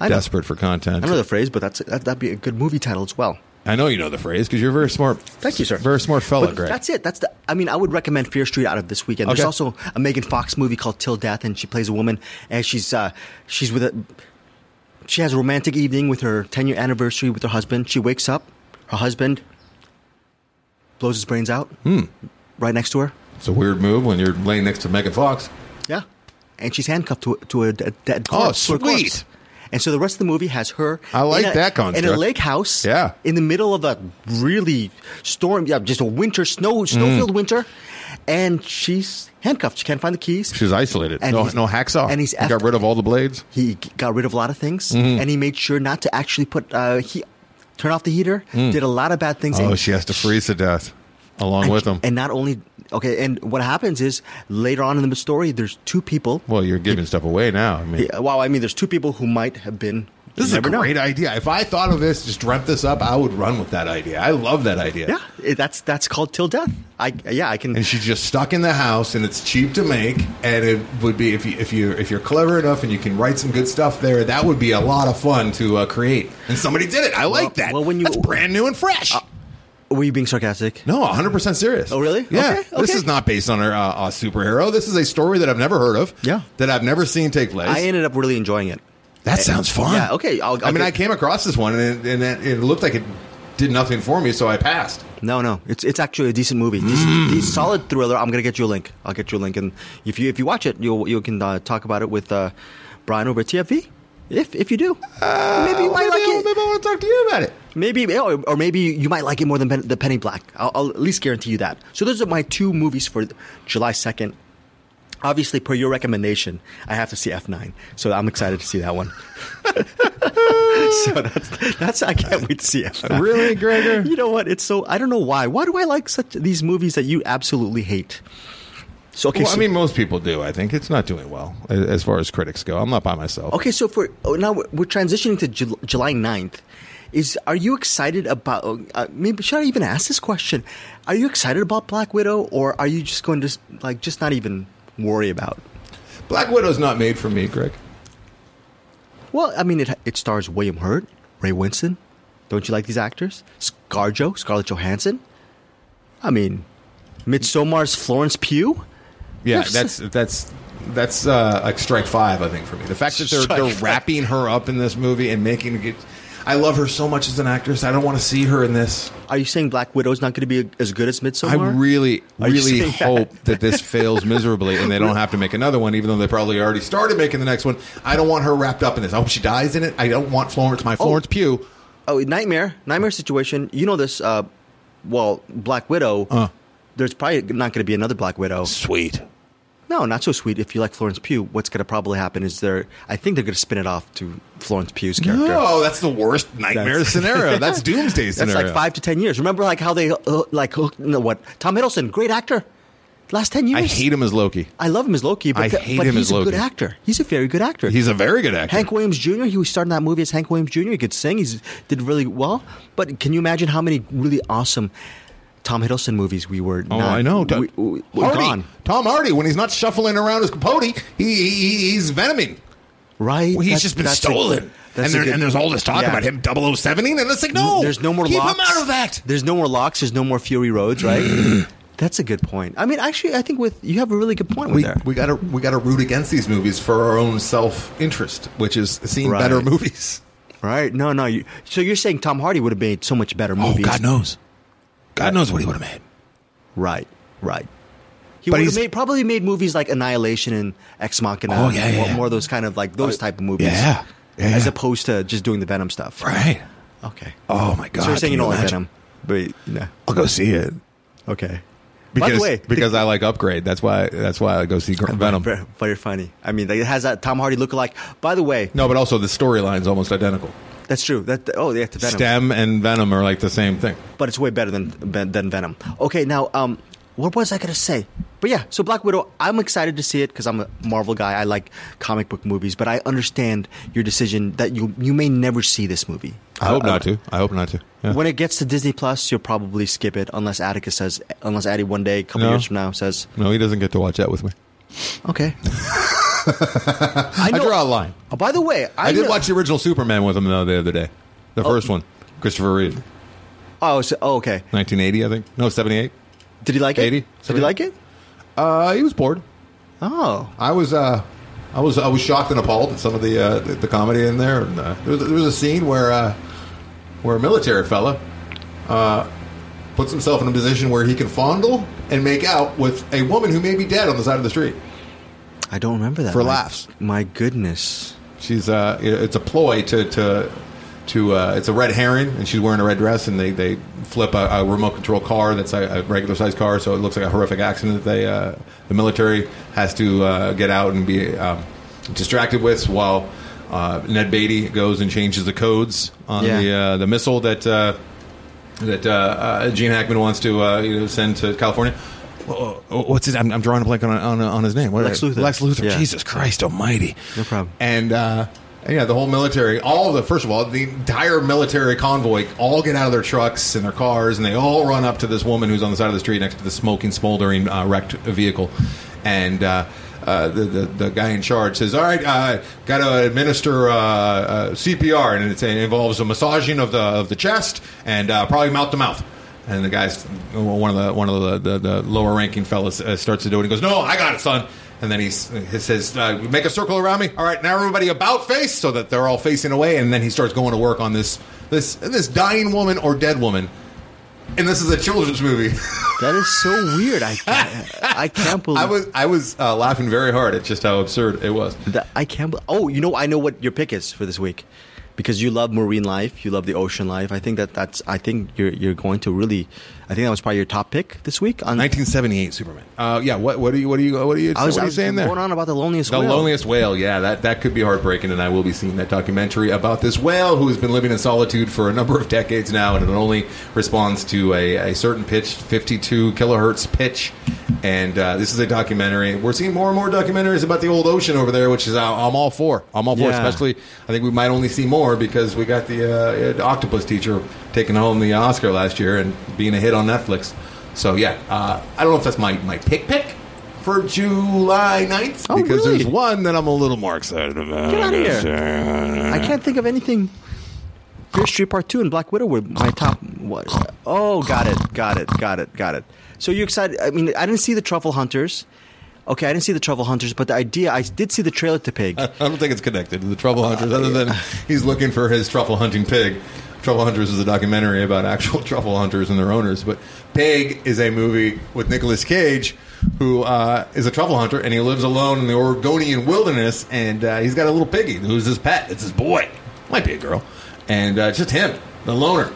I know. desperate for content. I don't know the phrase, but that's that, that'd be a good movie title as well. I know you know the phrase because you're a very smart. Thank you, sir. Very smart fellow, But Greg. That's it. That's the. I mean, I would recommend Fear Street out of this weekend. Okay. There's also a Megan Fox movie called Till Death, and she plays a woman, and she's uh, she's with a she has a romantic evening with her 10 year anniversary with her husband. She wakes up, her husband blows his brains out Hmm. right next to her. it's a weird move when you're laying next to Megan Fox. Yeah, and she's handcuffed to a, to a, de- dead Oh, corpse. to a corpse. sweet. And so the rest of the movie has her. I like in a, that in a construct. lake house. Yeah. in the middle of a really storm, yeah, just a winter snow Mm. snow-filled winter, and she's handcuffed. She can't find the keys. She's isolated. And no, he's- no hacksaw. and he's He got effed. rid of all the blades. he g- got rid of a lot of things, Mm-hmm. and he made sure not to actually put uh, he turn off the heater. Did a lot of bad things. Oh, and she has to freeze to death along with him. And not only okay, and what happens is later on in the story, there's two people. well, you're giving stuff away now. I mean, Yeah, Wow, I mean, there's two people who might have been. This is you a never know. great idea. If I thought of this, just dreamt this up, I would run with that idea. I love that idea. Yeah, it- that's that's called till death. I yeah, I can. And she's just stuck in the house, and it's cheap to make. And it would be if you if you if you're clever enough and you can write some good stuff there, that would be a lot of fun to uh, create. And somebody did it. I like that. well, when you- That's brand new and fresh. Were you being sarcastic? no, 100 percent serious. Oh, really? Yeah. Okay, This okay. is not based on a, a superhero. This is a story that I've never heard of. Yeah. That I've never seen take place. I ended up really enjoying it. That sounds fun. Yeah, okay, I'll- i mean, I'll I get- came across this one, and it, and it, it looked like it did nothing for me, so I passed. No, no, it's it's actually a decent movie, decent, Mm. de- solid thriller. I'm gonna get you a link. I'll get you a link, and if you if you watch it, you you can uh, talk about it with uh, Brian over at TFV. If if you do, maybe you might Uh, maybe, like I, it. maybe I want to talk to you about it. Maybe, eh, or, or maybe you might like it more than Pen- the Penny Black. I'll, I'll at least guarantee you that. So those are my two movies for July second. Obviously, per your recommendation, I have to see F nine. So I'm excited to see that one. *laughs* so that's that's I can't wait to see F *laughs* nine. Really, Gregor? You know what? It's so I don't know why. Why do I like such these movies that you absolutely hate? So okay, Well, I so- mean, most people do. I think it's not doing well a- as far as critics go. I'm not by myself. Okay, so for oh, now we're we're transitioning to Jul- July 9th. Is are you excited about? Uh, maybe should I even ask this question? Are you excited about Black Widow, or are you just going to like just not even worry about? Black Widow's not made for me, Greg. Well, I mean, it it stars William Hurt, Ray Winston. Don't you like these actors? ScarJo, Scarlett Johansson. I mean, Midsommar's Florence Pugh. Yeah, Yes. that's that's that's uh, like strike five. I think for me, the fact that they're Strike they're five. wrapping her up in this movie and making it. I love her so much as an actress. I don't want to see her in this. Are you saying Black Widow's not going to be as good as I Midsommar? really, Are you really saying *laughs* that? hope that? this fails miserably and they don't have to make another one, even though they probably already started making the next one. I don't want her wrapped up in this. I hope she dies in it. I don't want Florence, my Florence Pugh. Oh, nightmare, nightmare situation. You know this. Uh, well, Black Widow. Uh. There's probably not going to be another Black Widow. Sweet. No, not so sweet. If you like Florence Pugh, what's going to probably happen is they're. I think they're going to spin it off to Florence Pugh's character. No, Oh, that's the worst nightmare That's- *laughs* scenario. That's doomsday That's scenario. like five to ten years. Remember, like how they uh, like hooked, no, what Tom Hiddleston, great actor. Last ten years, I hate him as Loki. I love him as Loki, but, I th- hate but him he's as a Loki. good actor. He's a very good actor. He's a very good actor. Hank Williams Jr. He was starting that movie as Hank Williams Jr. He could sing. He did really well. But can you imagine how many really awesome Tom Hiddleston movies we were? Oh, not- I know. Tom, We, we, we're Hardy. gone, Tom Hardy, when he's not shuffling around his capote, he, he, he's venoming. right? Well, he's That's- just been that's a- stolen. and, that's a there, good- and there's all this talk Yeah. about him 0070 and it's like, no. There's no more Keep locks. him out of that. There's no more locks. There's no more Fury *clears throat* Roads, right? That's a good point. I mean, actually, I think with you have a really good point with We, there. we gotta we gotta root against these movies for our own self interest, which is seeing Right. better movies. Right? No, no. You, so you're saying Tom Hardy would have made so much Oh, better movies? knows, God knows what he would have made. Right, right. He But would have he's- made probably made movies like Annihilation and Ex Machina. Oh, yeah, yeah, more, yeah. Oh, more of those kind of like those type of movies. yeah, yeah, As yeah. opposed to just doing the Venom stuff. Right? Okay. Oh my God! so you're saying can you don't like imagine? Venom, but no. I'll go see it Okay. *laughs* because By the way, the- because I like Upgrade. That's why that's why I go see Gr- Venom. Very, *laughs* very funny. I mean, it has that Tom Hardy look alike. By the way, No, but also the storyline's almost identical. that's true. That oh, they have to Venom. Stem and Venom are like the same thing. but it's way better than than Venom. Okay, now um, what was I gonna say? But yeah, so Black Widow, I'm excited to see it because I'm a Marvel guy. I like comic book movies, but I understand your decision that you you may never see this movie. I hope not to. I hope not to. Uh, Yeah. When it gets to Disney Plus, you'll probably skip it unless Atticus says, unless Addie one day, a couple No. years from now, says, No, he doesn't get to watch that with me. okay. I, *laughs* I know- draw a line. Oh, by the way, I, I Oh. did know- watch the original Superman with him though the other day, the first one, Christopher Reeve, Oh, so, oh, okay. 1980, I think. No, 78. Did he like it? 80? Did he like it? Uh, he was bored. Oh, I was, uh, I was, I was shocked and appalled at some of the uh, the, the comedy in there. And, uh, there, was, there was a scene where uh, where a military fella uh, puts himself in a position where he can fondle and make out with a woman who may be dead on the side of the street. I don't remember that. For My- laughs. My goodness. She's uh, it- it's a ploy to to to uh, it's a red herring, and she's wearing a red dress, and they they flip a, a remote control car that's a, a regular sized car, so it looks like a horrific accident. That they uh, the military has to uh, get out and be um, distracted with while. Uh, Ned Beatty goes and changes the codes on Yeah. the uh, the missile that uh, that uh, uh, Gene Hackman wants to uh, you know, send to California. Wh- wh- What's his? I'm, I'm drawing a blank on on, on his name. What- Lex Luthor. Lex Luthor. Yeah. Jesus Christ Almighty. No problem. And uh, and yeah, the whole military, all the first of all, the entire military convoy all get out of their trucks and their cars, and they all run up to this woman who's on the side of the street next to the smoking, smoldering uh, wrecked vehicle, and. Uh, uh, the, the the guy in charge says, "All right, uh, got to administer uh, uh, CPR, and it's, it involves a massaging of the of the chest and uh, probably mouth to mouth." And the guy's one of the one of the, the, the lower ranking fellas uh, starts to do it. He goes, "No, I got it, son." And then he's, he says, uh, "Make a circle around me. All right, now everybody about face, so that they're all facing away." And then he starts going to work on this this this dying woman or dead woman. And this is a children's movie. *laughs* That is so weird. I I can't believe I was I was uh, laughing very hard at just how absurd it was. that. I can't. Be- oh, you know, I know what your pick is for this week, because you love marine life, you love the ocean life. I think that that's. I think you're you're going to really. I think that was probably your top pick this week. On 1978 Superman. Uh, yeah. What what are you what are you what are you, I was, what I are you was saying there? going on about the loneliest. The whale. loneliest whale, yeah, that, that could be heartbreaking, and I will be seeing that documentary about this whale who has been living in solitude for a number of decades now, and it only responds to a, a certain pitch, 52 kilohertz pitch. And uh, this is a documentary. We're seeing more and more documentaries about the old ocean over there, which is uh, I'm all for. I'm all for, Yeah. especially I think we might only see more because we got the, uh, the octopus teacher taking home the Oscar last year and being a hit on Netflix. So yeah, uh, I don't know if that's my my pick pick. For July 9th, Oh, because really? there's one that I'm a little more excited about. Get out of guess. here! I can't think of anything. Fear Street Part Two and Black Widow were my top. What? Oh, got it, got it, got it, got it. So you excited? I mean, I didn't see the Truffle Hunters. Okay, I didn't see the Truffle Hunters, but the idea I did see the trailer to Pig. I don't think it's connected to the Trouble Hunters, other than he's looking for his truffle hunting pig. Trouble Hunters is a documentary about actual *laughs* truffle hunters and their owners. But Pig is a movie with Nicolas Cage, who uh, is a truffle hunter, and he lives alone in the Oregonian wilderness, and uh, he's got a little piggy who's his pet. It's his boy. Might be a girl. And uh, just him, the loner,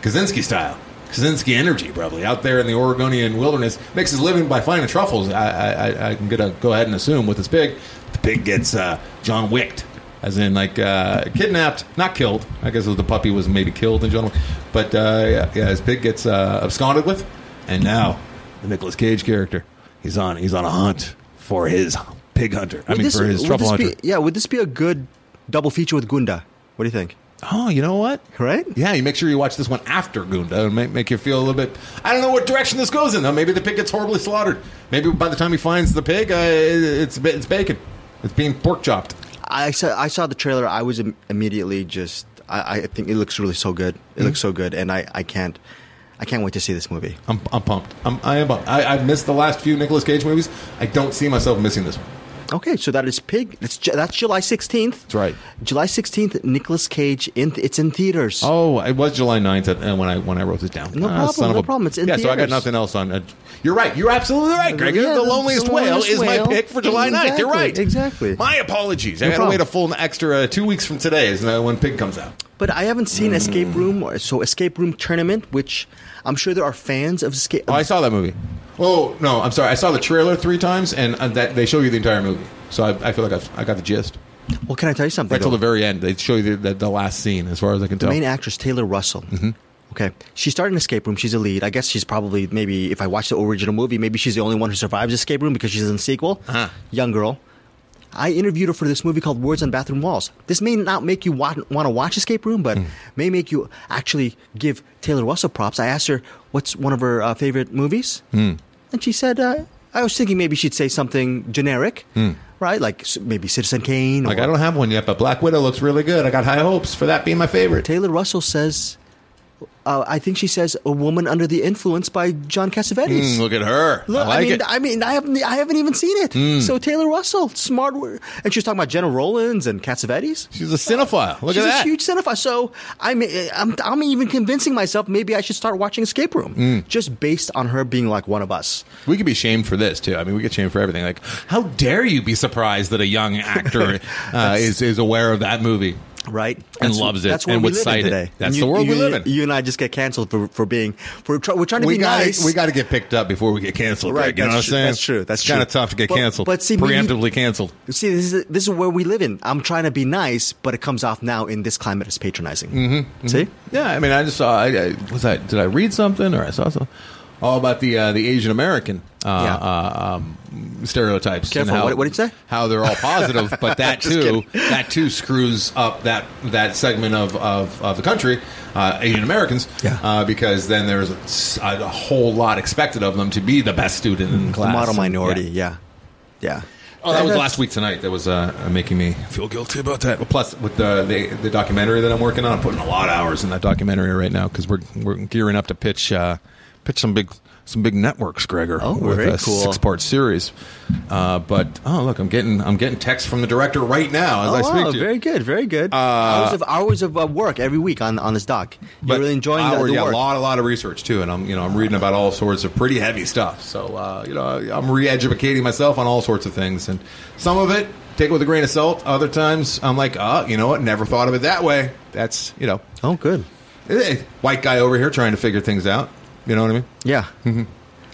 Kaczynski style. Kaczynski Energy, probably out there in the Oregonian wilderness, makes his living by finding truffles. I, I, I- I'm gonna go ahead and assume with his pig, the pig gets uh, John Wicked, as in like uh, kidnapped, not killed. I guess it was the puppy was maybe killed in John Wick, but uh, yeah, yeah, his pig gets uh, absconded with, and now the Nicolas Cage character, he's on he's on a hunt for his pig hunter. I Would mean, this- for his would truffle this hunter. Be, yeah, would this be a good double feature with Gunda? What do you think? Oh, you know what? Right? Yeah, you make sure you watch this one after Gunda and make, make you feel a little bit. I don't know what direction this goes in, though. Maybe the pig gets horribly slaughtered. Maybe by the time he finds the pig, uh, it's it's bacon. It's being pork chopped. I saw I saw the trailer. I was im- immediately just. I, I think it looks really so good. It looks Mm-hmm. so good, and I, I can't, I can't wait to see this movie. I'm, I'm pumped. I'm, I am pumped. I, I've missed the last few Nicolas Cage movies. I don't see myself missing this one. Okay, so that is Pig. That's Ju- that's July sixteenth. That's right. July sixteenth. Nicolas Cage in th- it's in theaters. Oh, it was July 9th at, uh, when I when I wrote this down. Ah, No problem, no problem. It's in yeah. So I got theaters. nothing else on. Uh, you're right. You're absolutely right, Greg. Yeah, the The loneliest, Loneliest whale, is Whale. my pick for July 9th. You're Exactly, right. exactly. My apologies. I No got to problem. wait a full extra uh, two weeks from today is uh, when Pig comes out. But I haven't seen Mm. Escape Room. Or, so Escape Room Tournament, which I'm sure there are fans of Escape. Oh, I saw that movie. Oh no, I'm sorry. I saw the trailer three times, and uh, that they show you the entire movie. So I, I feel like I've, I got the gist. well, can I tell you something? Right till though? the very end, they show you the, the, the last scene, as far as I can tell. Mm-hmm. main actress Taylor Russell. Okay, she starred in Escape Room. She's a lead. I guess she's probably maybe if I watch the original movie, maybe she's the only one who survives Escape Room because she's in the sequel. Uh-huh. Young girl. I interviewed her for this movie called Words on Bathroom Walls. This may not make you want, want to watch Escape Room, Mm. but may make you actually give Taylor Russell props. I asked her what's one of her uh, favorite movies, Mm. and she said, uh, "I was thinking maybe she'd say something generic, right? Like s- maybe Citizen Kane." Mm. like or, I don't have one yet, but Black Widow looks really good. I got high hopes for that being my favorite. Taylor Russell says, uh, I think she says, "A woman under the influence" by John Cassavetes. Mm, look at her. Look, I like mean, it. Hmm. I mean, I haven't, I haven't even seen it. So Taylor Russell, smart, wor- and she was talking about Jenna Rollins and Cassavetes. She's a cinephile. Look She's at a that. huge cinephile. So I'm, I'm, I'm even convincing myself maybe I should start watching Escape Room Hmm. just based on her being like one of us. we could be shamed for this too. I mean, we get shamed for everything. Like, how dare you be surprised that a young *laughs* actor uh, is is aware of that movie? right? And loves it That's where and we would live in cite it. today. That's And you- the world we you- live in. You and I just get canceled for, for being for try, we're trying to We be got nice. we got to get picked up before we get canceled. Right, Greg, you know that's what I'm true, saying? that's true, that's it's kind of true. tough to get But- canceled. but see, we- preemptively canceled. See, this is this is where we live in. I'm trying to be nice, but it comes off now in this climate as patronizing. Mm-hmm, See, Yeah, I mean, I just saw. I, I, was I did I read something or I saw something all about the uh, the Asian American uh, Yeah. uh, um, stereotypes. Careful, and how, what- what did you say? How they're all positive, *laughs* but that too that too screws up that that segment of of, of the country, uh, Asian Americans. Yeah. Uh, because then there's a, a whole lot expected of them to be the best student in class. the model minority. Yeah. Yeah, yeah. Oh, that And was that's- last week tonight. That was uh, uh, making me feel guilty about that. Plus, with the, the the documentary that I'm working on, I'm putting a lot of hours in that documentary right now because we're we're gearing up to pitch uh, pitch some big some big networks, Gregor. Oh, with very a cool. six part series. Uh, but oh, look, I'm getting I'm getting text from the director right now as I Oh, speak wow, to Uh, you. very good, very good. hours of hours of uh, work every week on, on this doc. You're really enjoying the, hour- the yeah, work. a lot, a lot of research too, and I'm you know I'm reading about all sorts of pretty heavy stuff. So uh, you know I'm re-educating myself on all sorts of things, and some of it take it with a grain of salt. Other times I'm like, oh, you know what? Never thought of it that way. That's you know, Oh, good. eh, white guy over here trying to figure things out. You know what I mean? Yeah, Mm-hmm.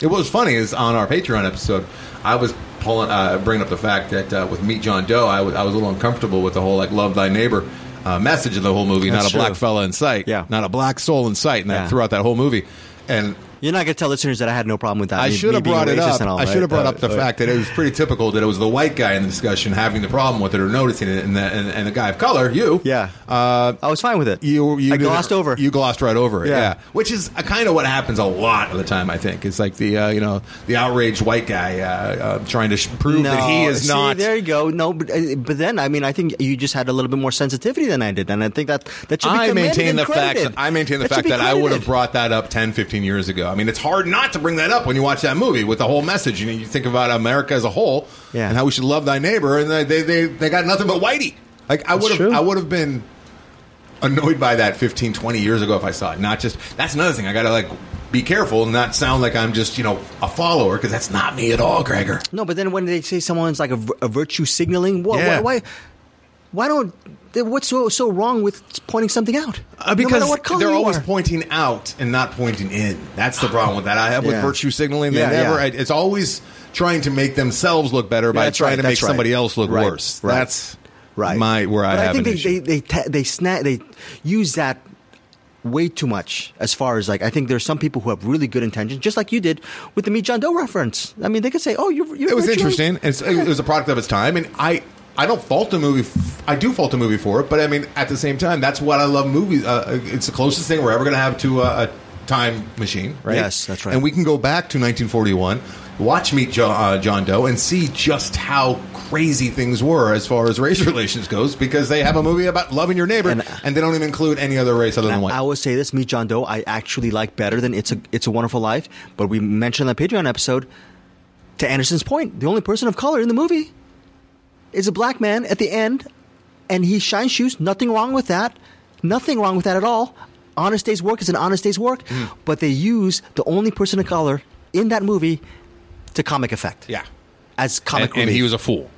It was funny is on our Patreon episode, I was pulling, uh, bringing up the fact that uh, with Meet John Doe, I was- I was a little uncomfortable with the whole like love thy neighbor uh, message of the whole movie. not a That's black true. fella in sight, Yeah. not a black soul in sight, and that Yeah. throughout that whole movie. And you're not gonna tell listeners that I had no problem with that. I me- should me have being brought it racist up. and all, I right? should have brought Uh, up the uh, fact that it was pretty typical that it was the white guy in the discussion having the problem with it or noticing it, and the, and, and the guy of color, you, Yeah, uh, I was fine with it. you, you I did it- glossed over. You glossed right over it. Yeah, Yeah. which is kind of what happens a lot of the time. I think it's like the uh, you know the outraged white guy uh, uh, trying to sh- prove that he is See, not. There you go. No, but, uh, but then I mean, I think you just had a little bit more sensitivity than I did, and I think that that should be I commended maintain and the fact. credited. I maintain the That fact should be that I would have credited. brought that up 10, 15 years ago. I mean, it's hard not to bring that up when you watch that movie with the whole message. You know, you think about America as a whole Yeah. and how we should love thy neighbor, and they they, they, they got nothing but whitey. Like I That's would have, true. I would have been annoyed by that 15, 20 years ago if I saw it. Not just that's another thing. I got to like be careful and not sound like I'm just you know a follower because that's not me at all, Gregor. No, but then when they say someone's like a, vir- a virtue signaling, what, Yeah. why, why? Why don't? What's so, so wrong with pointing something out? Uh, no because matter what color they're you always are. pointing out and not pointing in. That's the problem with that. I have with Yeah. virtue signaling. They Yeah, never. yeah. I- It's always trying to make themselves look better by that's trying right, to make that's right. somebody else look Right, worse. right, That's right. My where I but have I think an they, issue. they they ta- they sna- they use that way too much as far as like I think there's some people who have really good intentions, just like you did with the Meet John Doe reference. I mean, they could say, "Oh, you're." you're it was virtually- interesting. It's, It was a product of its time, and I I don't fault the movie. F- I do fault the movie for it, but I mean, at the same time, that's what I love movies. Uh, it's the closest thing we're ever going to have to a, a time machine, right? Yes, that's right. And we can go back to 1941, watch Meet jo- uh, John Doe, and see just how crazy things were as far as race *laughs* relations goes, because they have a movie about loving your neighbor, and, And- uh, they don't even include any other race other than white. I will say this: Meet John Doe. I actually like better than It's a It's a Wonderful Life. But we mentioned on the Patreon episode. To Anderson's point, the only person of color in the movie is a black man at the end, and he shines shoes. Nothing wrong with that. Nothing wrong with that at all. Honest day's work is an honest day's work. Mm. But they use the only person of color in that movie to comic effect. yeah, as comic and, and relief. he was a fool.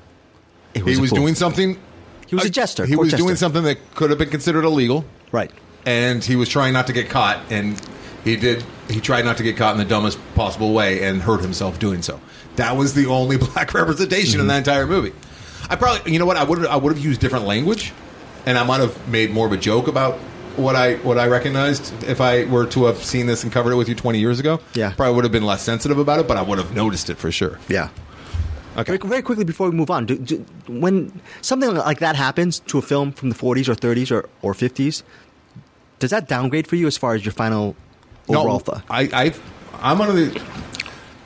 He He was a fool. doing something. He was a jester. He court was doing jester. something that could have been considered illegal. right. and he was trying not to get caught and he did he tried not to get caught in the dumbest possible way and hurt himself doing so that was the only *laughs* black representation in that entire movie i probably you know what i would i would have used different language and i might have made more of a joke about what i what i recognized if i were to have seen this and covered it with you 20 years ago Yeah. probably would have been less sensitive about it but i would have noticed it for sure Yeah. okay Very, very quickly before we move on, do, do, when something like that happens to a film from the 40s or 30s or, or 50s, does that downgrade for you as far as your final overall thought? I, I, I'm under the.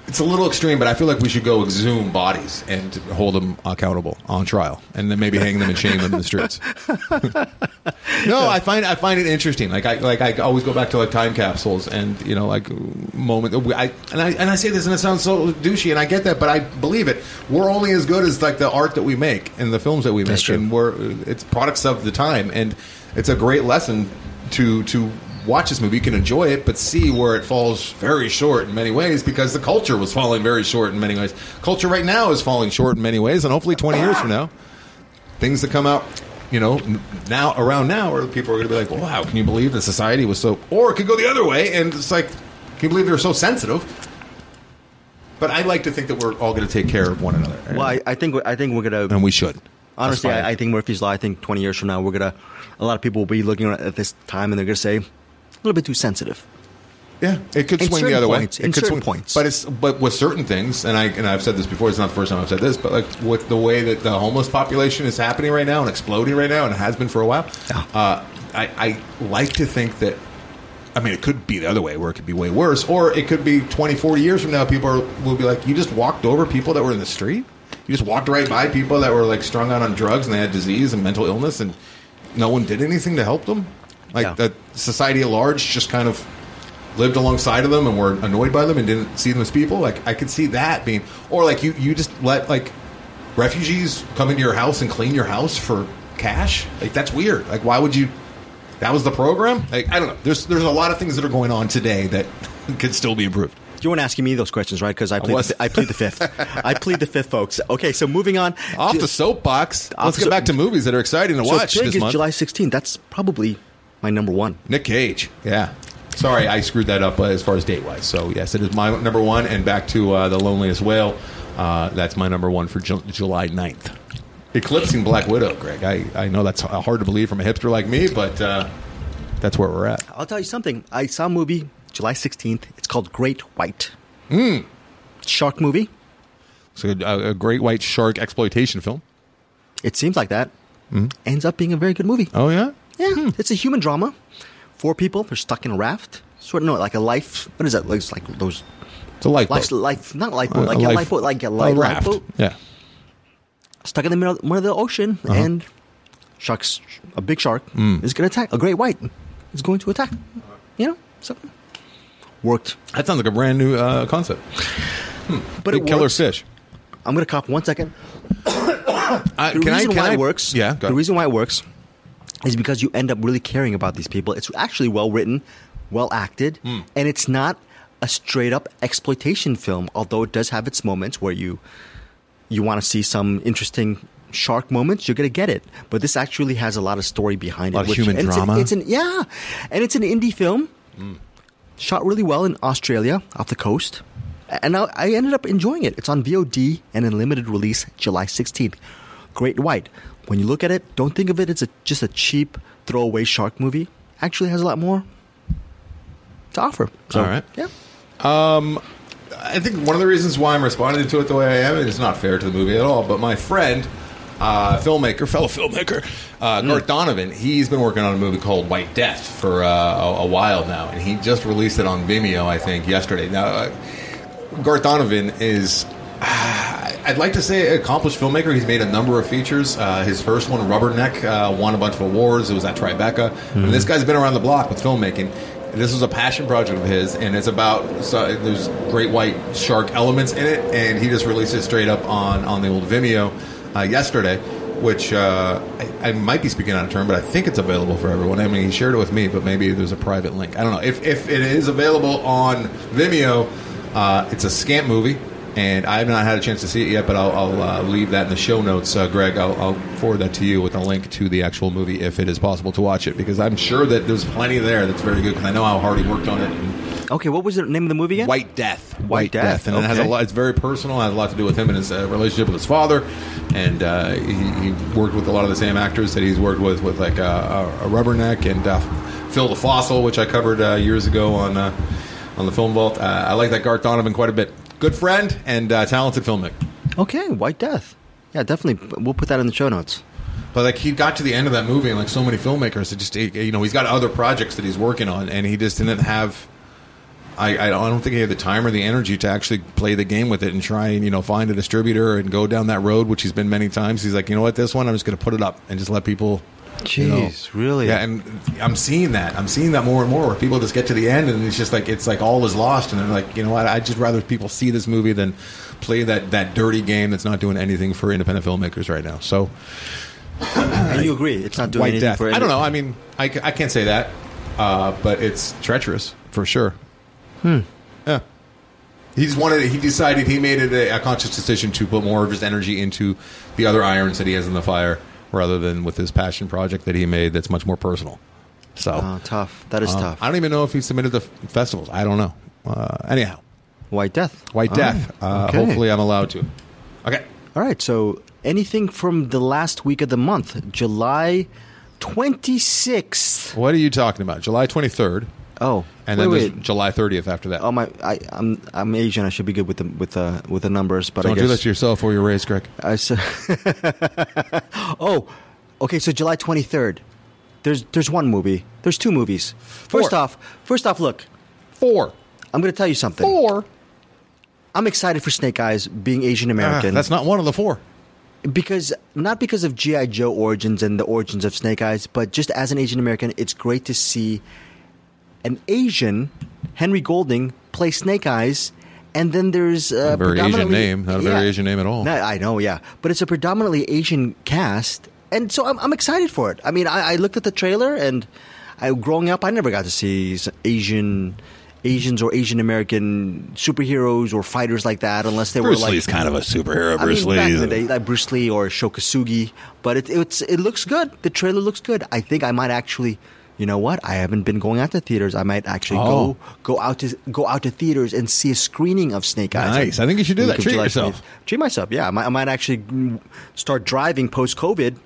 It's a little extreme, but I feel like we should go exhume bodies and hold them accountable on trial, and then maybe hang them and chain them in the streets. no, I find I find it interesting. Like I like I always go back to like time capsules and you know like moment. I and I and I say this and it sounds so douchey, and I get that, but I believe it. We're only as good as like the art that we make and the films that we make, That's true. and we're it's products of the time, and it's a great lesson to to watch this movie. You can enjoy it, but see where it falls very short in many ways because the culture was falling very short in many ways. Culture right now is falling short in many ways, and hopefully twenty years from now things that come out you know n- now around now or people are going to be like wow can you believe that society was so or it could go the other way and it's like can you believe they're so sensitive but i like to think that we're all going to take care of one another well, I, I think we- I think we're gonna and we should honestly. That's fine. I, I think Murphy's Law. I think 20 years from now, we're gonna a lot of people will be looking at this time and they're gonna say a little bit too sensitive. Yeah, it could In swing the certain other points, way. It in could swing certain points. but it's but with certain things, and I and I've said this before. It's not the first time I've said this, but like with the way that the homeless population is happening right now and exploding right now, and has been for a while, Yeah. uh, I I like to think that. I mean, it could be the other way, where it could be way worse, or it could be 20, 40 years from now, people are, will be like, "You just walked over people that were in the street. You just walked right by people that were like strung out on drugs and they had disease and mental illness, and no one did anything to help them. Like Yeah. that society at large just kind of lived alongside of them and were annoyed by them and didn't see them as people like i could see that being or like you you just let like refugees come into your house and clean your house for cash like that's weird like why would you that was the program like i don't know there's there's a lot of things that are going on today that *laughs* could still be improved You weren't asking me those questions, right? Because I plead, was. the, I plead the fifth. *laughs* I plead the fifth, folks. Okay, so moving on. off Ju- the soapbox Off let's get the so- back to movies that are exciting to so watch Big this is month July 16th. That's probably my number one. nick cage yeah sorry i screwed that up uh, as far as date wise so yes it is my number one and back to uh, the loneliest whale uh, that's my number one for Ju- july 9th eclipsing black widow greg i, I know that's h- hard to believe from a hipster like me but uh, that's where we're at I'll tell you something. I saw a movie July 16th. It's called Great White. Hmm. Mm. Shark movie. so a, a great white shark exploitation film It seems like that. Hmm. Ends up being a very good movie. oh yeah Yeah. It's a human drama. Four people, they're stuck in a raft. Sort of, no, like a life. What is that? Like, it's like those. it's a lifeboat Life, life, not lifeboat, A- like a Uh, a life- lifeboat, like a, a li- raft. lifeboat. yeah Stuck in the middle, middle of the ocean, Uh-huh. and sharks, a big shark Hmm. is going to attack. A great white is going to attack. You know, so worked. that sounds like a brand new uh, concept But Big it killer works. fish I'm going to cough one second. I, the can I- reason can why I- it works, yeah go the ahead. reason why it works is because you end up really caring about these people. It's actually well written, well acted, Hmm. and it's not a straight up exploitation film. Although it does have its moments where you you want to see some interesting shark moments, you're gonna get it. But this actually has a lot of story behind A lot it. of human and it's an- drama. It's an, yeah, and it's an indie film. Shot really well in Australia, off the coast, and I, I ended up enjoying it. It's on VOD and in limited release July 16th. Great White. When you look at it, don't think of it as a, just a cheap throwaway shark movie. Actually, has a lot more to offer. So, All right. Yeah. I think one of the reasons why I'm responding to it the way I am, and it's not fair to the movie at all, but my friend, uh, filmmaker, fellow filmmaker, Mm. uh, Gart Donovan, he's been working on a movie called White Death for uh, a, a while now, and he just released it on Vimeo, I think, yesterday. Now, uh, Garth Donovan is. ah, I'd like to say accomplished filmmaker. He's made a number of features. Uh, his first one, Rubberneck, uh, won a bunch of awards. It was at Tribeca. And this guy's been around the block with filmmaking. This was a passion project of his, and it's about so, there's great white shark elements in it. And he just released it straight up on on the old Vimeo uh, yesterday, which uh, I, I might be speaking out of turn, but I think it's available for everyone. I mean, he shared it with me, but maybe there's a private link. I don't know if if it is available on Vimeo. Uh, it's a scamp movie, and I have not had a chance to see it yet, but I'll, I'll uh, leave that in the show notes, uh, Greg. I'll, I'll forward that to you with a link to the actual movie if it is possible to watch it, because I'm sure that there's plenty there that's very good, because I know how hard he worked on it. And Okay. What was the name of the movie again? White Death. White, Death, And it has a okay. lot, it's very personal, has a lot to do with him and his uh, relationship with his father, and uh, he, he worked with a lot of the same actors that he's worked with, with like uh, a, a Rubberneck and uh, Phil the Fossil, which I covered uh, years ago on... Uh, on the Film Vault. Uh, I like that Garth Donovan quite a bit. Good friend and uh, talented filmmaker. Okay. White Death. Yeah, definitely. We'll put that in the show notes. But like he got to the end of that movie, and like so many filmmakers, it just it- you know he's got other projects that he's working on, and he just didn't have. I, I don't think he had the time or the energy to actually play the game with it and try and you know find a distributor and go down that road, which he's been many times. He's like, you know what, this one I'm just going to put it up and just let people. you know." Jeez, really? Yeah, and I'm seeing that. I'm seeing that more and more where people just get to the end and it's just like it's like all is lost, and they're like, you know what, I'd just rather people see this movie than play that that dirty game that's not doing anything for independent filmmakers right now. So And you agree, it's not doing White anything Death. for I any- don't know. I mean, I, ca- I can't say that, uh, but it's treacherous for sure. Hmm. Yeah. He just wanted. He decided. He made it a, a conscious decision to put more of his energy into the other irons that he has in the fire, rather than with his passion project that he made. That's much more personal. So Oh, tough. That is uh, tough. I don't even know if he submitted to f- festivals. I don't know. Uh, anyhow, White Death. White Oh, Death. Uh, okay. Hopefully, I'm allowed to. Okay. All right. So anything from the last week of the month, July twenty sixth. What are you talking about? July 23rd, Oh, and wait, then there's wait. July 30th after that. Oh my! I, I'm I'm Asian. I should be good with the with the with the numbers, but I Don't guess do that to yourself or your race, Greg. I s- *laughs* oh, okay. So July twenty third. There's there's one movie. There's two movies. First Four. off, first off, look. Four. I'm going to tell you something. Four. I'm excited for Snake Eyes being Asian American. Ah, that's not one of the four. because not because of GI Joe origins and the origins of Snake Eyes, but just as an Asian American, it's great to see an Asian Henry Golding play Snake Eyes, and then there's uh, a very Asian predominantly- name. Not a very Asian name at all. No, I know, yeah, but it's a predominantly Asian cast, and so I'm, I'm excited for it. I mean, I, I looked at the trailer, and I, growing up, I never got to see s- Asian. Asians or Asian American superheroes or fighters like that, unless they were like of a superhero. I mean, back in the day, like Bruce Lee or Shokasugi, but it, it's it looks good. The trailer looks good. I think I might actually, you know what? I haven't been going out to theaters. I might actually Oh. go go out to go out to theaters and see a screening of Snake Eyes. Nice. I think you should do Week that. of Treat July yourself. 20th. Treat myself. Yeah, I might, I might actually mm, start driving post COVID.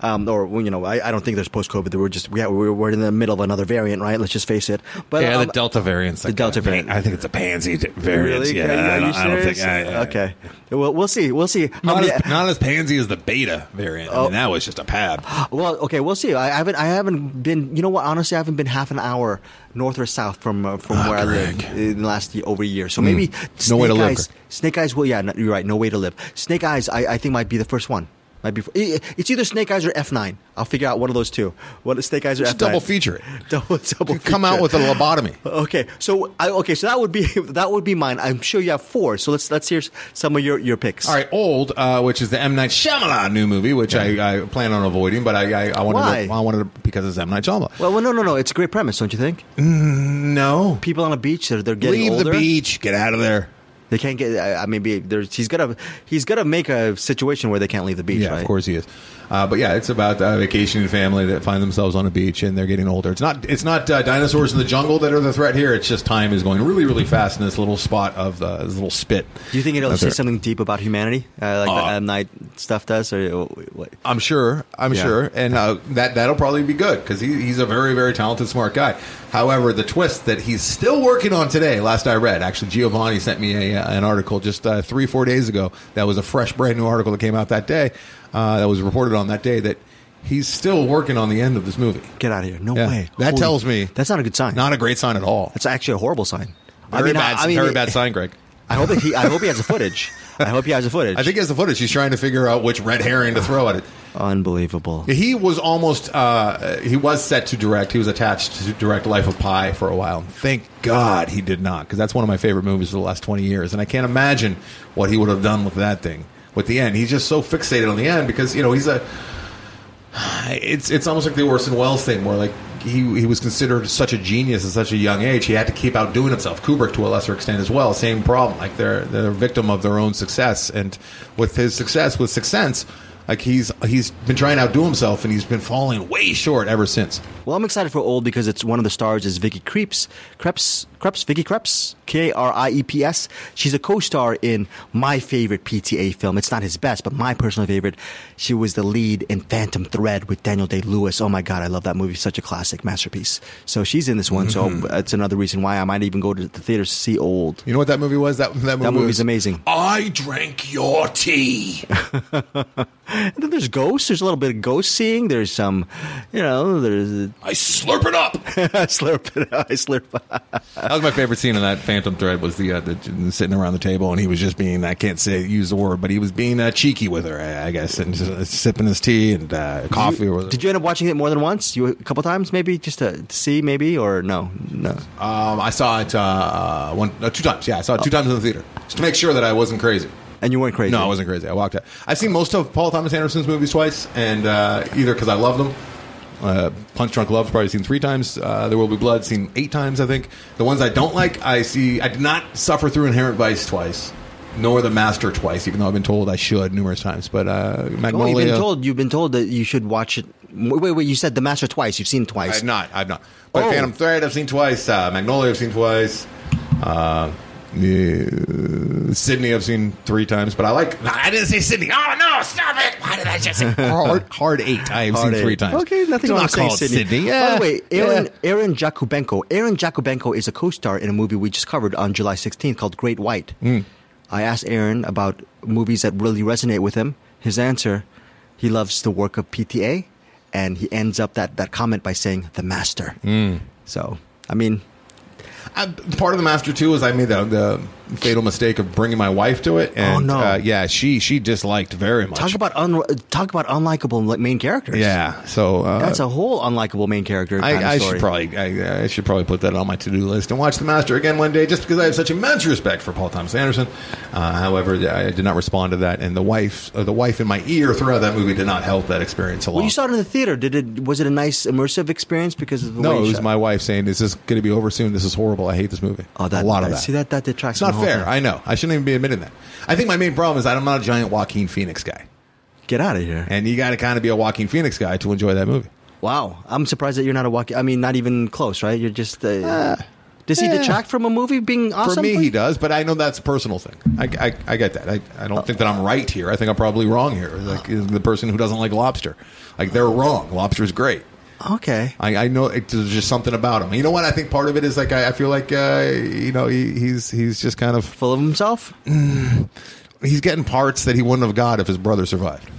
Um, or well, you know, I, I don't think there's post COVID. We're just yeah, we're, we're in the middle of another variant, right? Let's just face it. But Yeah, um, the Delta variant's like Delta a pan- variant. I think it's a pansy d- variant. really, Yeah, Are I you don't, I don't think. serious? I, I- okay, well, we'll see. We'll see. How Not many- as, not as pansy as the beta variant. Oh. I mean, that was just a pad. Well, okay, we'll see. I haven't, I haven't been. You know what? Honestly, I haven't been half an hour north or south from uh, from where Ah, Greg. Hmm. I live in the last year, over a year. So maybe Snake No way to live, Eyes, Greg. Snake Eyes. Well, yeah, no, you're right. No way to live. Snake Eyes. I, I think might be the first one. Might be. it- It's either Snake Eyes or F nine. I'll figure out one of those two. What Snake Eyes or F Just nine? double feature it. *laughs* Double double. You come out feature. with a lobotomy. *laughs* Okay, so I, okay, so that would be *laughs* that would be mine. I'm sure you have four. So let's let's hear some of your your picks. All right, old, uh, which is the M Night Shyamalan new movie, which I, I plan on avoiding, but I I, I wanted Why? to, I wanted to, because it's M Night Shyamalan. Well, well, no, no, no. It's a great premise, don't you think? no, People on a beach, they're, they're getting leave older. the beach, get out of there. They can't get. I I mean, be- there's, he's gonna he's gonna make a situation where they can't leave the beach. Yeah, right? of course he is. Uh, but yeah, it's about uh, vacation and family that find themselves on a beach and they're getting older. It's not it's not uh, dinosaurs in the jungle that are the threat here. It's just time is going really really fast in this little spot of uh, this little spit. Do you think it'll That's say right. something deep about humanity, uh, like the M Night stuff does, or uh, what? I'm sure. I'm Yeah. sure, and uh, that that'll probably be good because he, he's a very very talented smart guy. However, the twist that he's still working on today. Last I read, actually, Giovanni sent me a, uh, an article just uh, three four days ago. That was a fresh brand new article that came out that day. Uh, that was reported on that day that he's still working on the end of this movie. Get out of here! No Yeah. way. That Holy- tells me- that's not a good sign. Not a great sign at all. that's actually a horrible sign. Very bad. I, I mean, very it- bad sign, Greg. I hope that he. I hope he has the footage. I hope he *laughs* has the footage. I think he has the footage. He's trying to figure out which red herring to throw at it. unbelievable. He was almost. Uh, he was set to direct. He was attached to direct Life of Pi for a while. Thank God he did not, because that's one of my favorite movies for the last twenty years, and I can't imagine what he would have done with that thing. With the end, he's just so fixated on the end because you know he's a. It's it's almost like the Orson Welles thing, where like he he was considered such a genius at such a young age, he had to keep outdoing himself. Kubrick, to a lesser extent, as well. Same problem. Like they're they're a victim of their own success, and with his success, with success, like he's he's been trying to outdo himself, and he's been falling way short ever since. Well, I'm excited for Old because it's one of the stars is Vicky Creeps, Creps, Creps, Vicky Creps, K R I E P S. She's a co-star in my favorite PTA film. It's not his best, but my personal favorite. She was the lead in Phantom Thread with Daniel Day Lewis. Oh my God, I love that movie. Such a classic masterpiece. So she's in this one. So it's another reason why I might even go to the theaters to see Old. You know what that movie was? That that movie That was- movie's amazing. I drank your tea. And then there's ghosts. There's a little bit of ghost seeing. There's some, you know, there's *laughs* I slurp it up. I slurp it. I slurp. That was my favorite scene in that Phantom Thread was the, uh, the sitting around the table and he was just being I can't say use the word but he was being uh, cheeky with her I, I guess and just, uh, sipping his tea and uh, coffee or whatever. Did you end up watching it more than once? You a couple times, maybe, just to see, maybe, or no, no. Um, I saw it uh, one, no, two times. Yeah, I saw it two times in the theater just to make sure that I wasn't crazy. And you weren't crazy. No, I wasn't crazy. I walked out. I've seen most of Paul Thomas Anderson's movies twice, and uh, either because I love them. Uh, Punch Drunk Love's probably seen three times. Uh, there Will Be Blood seen eight times, I think. The ones I don't like, I see. I did not suffer through Inherent Vice twice, nor The Master twice, even though I've been told I should numerous times. But uh, Oh, you've Magnolia, been told. You've been told that you should watch it. Wait, wait. You said The Master twice. You've seen it I twice. have not. I've not. But Oh. Phantom Thread, I've seen twice. Uh, Magnolia, I've seen twice. Uh, yeah, Sydney, I've seen three times. But I like. *laughs* I didn't say Sydney. Oh no! Stop it! Why did I just say hard, hard eight? I have Hard seen eight. three times. Okay, nothing It's wrong not with saying called Sydney. By Yeah. the way, Aaron Yeah. Aaron Jakubenko. Aaron Jakubenko is a co-star in a movie we just covered on July 16th called Great White. Hmm. I asked Aaron about movies that really resonate with him. His answer: he loves the work of PTA, and he ends up that that comment by saying The Master. Hmm. So, I mean. I, part of the master too is I made the, the fatal mistake of bringing my wife to it, and Oh, no. uh, yeah, she she disliked very much. Talk about un- talk about unlikable like, main characters. yeah, so uh, that's a whole unlikable main character. Kind I, I of story. should probably I, I should probably put that on my to do list and watch The Master again one day, just because I have such immense respect for Paul Thomas Anderson. Uh, however, I did not respond to that, and the wife uh, the wife in my ear throughout that movie did not help that experience a lot. Well, you saw it in the theater. Did it? Was it a nice immersive experience because of the way no, you it was shot- my wife saying, "Is this going to be over soon? This is horrible. I hate this movie." Oh, that, a lot of that- that. See that that It's detracts. not from the whole fair. thing. I know. I shouldn't even be admitting that. I think my main problem is that I'm not a giant Joaquin Phoenix guy, Get out of here! and you got to kind of be a Joaquin Phoenix guy to enjoy that movie. wow, I'm surprised that you're not a walk. I mean, not even close, right? You're just. Uh, does he eh. detract from a movie being awesome? For me, he does, but I know that's a personal thing. I, I, I get that. I, I don't think that I'm right here. I think I'm probably wrong here. Like is the person who doesn't like lobster, like they're wrong. Lobster's great. Okay. I, I know it, there's just something about him. You know what? I think part of it is like I, I feel like uh, you know he, he's he's just kind of Full of himself. Mm-hmm. he's getting parts that he wouldn't have got if his brother survived.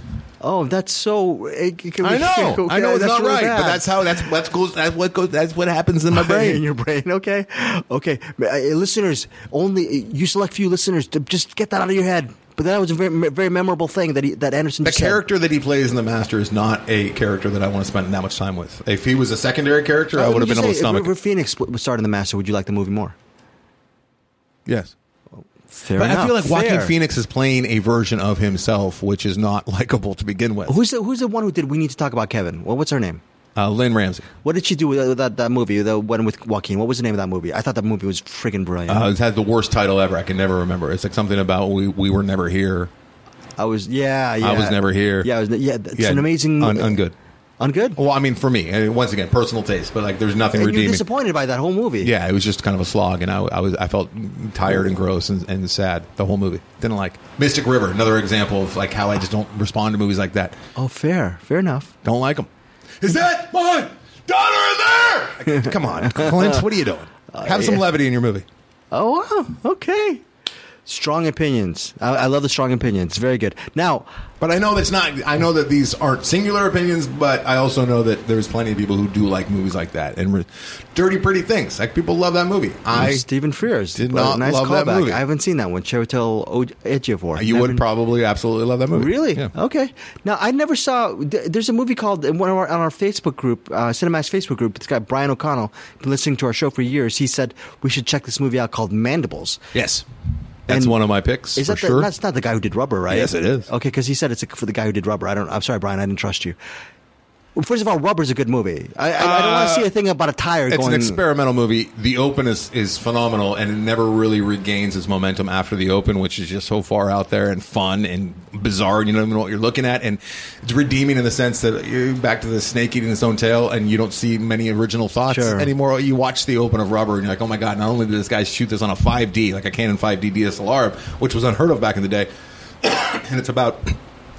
Oh, that's so. It, it can I be- *laughs* know, I know, it's that's not really right, but bad. that's how that's that's goes that's what goes that's what happens *laughs* in my brain. in your brain. Okay, okay, Uh, listeners. Only eh, you select few listeners to just get that out of your head. But that was a very, very memorable thing that he, that Anderson. The just said. character that he plays in The Master is not a character that I want to spend that much time with. If he was a secondary character, I What would have Oh, you been able to say? If stomach. River Phoenix w- was starting the Master. Would you like the movie more? yes. Fair But I feel like Joaquin Fair. Phoenix is playing a version of himself, which is not *laughs* likable to begin with. Who's the Who's the one who did We Need to Talk About Kevin? Well, what's her name? Uh, Lynn Ramsey. What did she do with, with that, that movie? The one with Joaquin. What was the name of that movie? I thought that movie was friggin' brilliant. Uh, it has the worst title ever. I can never remember. It's like something about we, we were never here. I was yeah, yeah. I was never here. Yeah, I was, ne- yeah. It's Yeah, an amazing. un- ungood. Ungood. Well, I mean, for me, I mean, once again, personal taste, but like there's nothing and you're redeeming. disappointed by that whole movie. Yeah, it was just kind of a slog, and I, I was I felt tired and gross and, and sad the whole movie. Didn't like Mystic River, another example of like how I just don't respond to movies like that. Oh, fair, fair enough. Don't like them. Is that my daughter in there? Like, Come on, Clint, what are you doing? *laughs* Have some yeah. levity in your movie. Oh wow. Okay. Strong opinions. I, I love the strong opinions. Very good. Now, But I know that's not. I know that these aren't singular opinions, but I also know that there's plenty of people who do like movies like that and re- dirty, pretty things. Like people love that movie. I Stephen Frears. did Well, not love that movie. I haven't seen that one. Chiwetel O- Ejiofor. you Never- would probably absolutely love that movie. Really? Yeah. Okay. Now I never saw. th- There's a movie called in one of our on our Facebook group, uh, Cinemax Facebook group. It's got Brian O'Connell. Been listening to our show for years. He said we should check this movie out called Mandibles. Yes, that's And one of my picks Is for that the, sure. that's not the guy who did Rubber, right? Yes, it is. Okay, because he said it's for the guy who did Rubber. I don't. I'm sorry, Brian. I didn't trust you. Well, First of all, Rubber's a good movie. I, I, I don't want Uh, to see a thing about a tire It's going. an experimental movie. The open is, is phenomenal, and it never really regains its momentum after the open, which is just so far out there and fun and bizarre. and You don't even know what you're looking at, and it's redeeming in the sense that you're back to the snake eating its own tail, and you don't see many original thoughts Sure. anymore. You watch the open of Rubber, and you're like, oh my god! Not only did this guy shoot this on a 5D, like a Canon 5D DSLR, which was unheard of back in the day, and it's about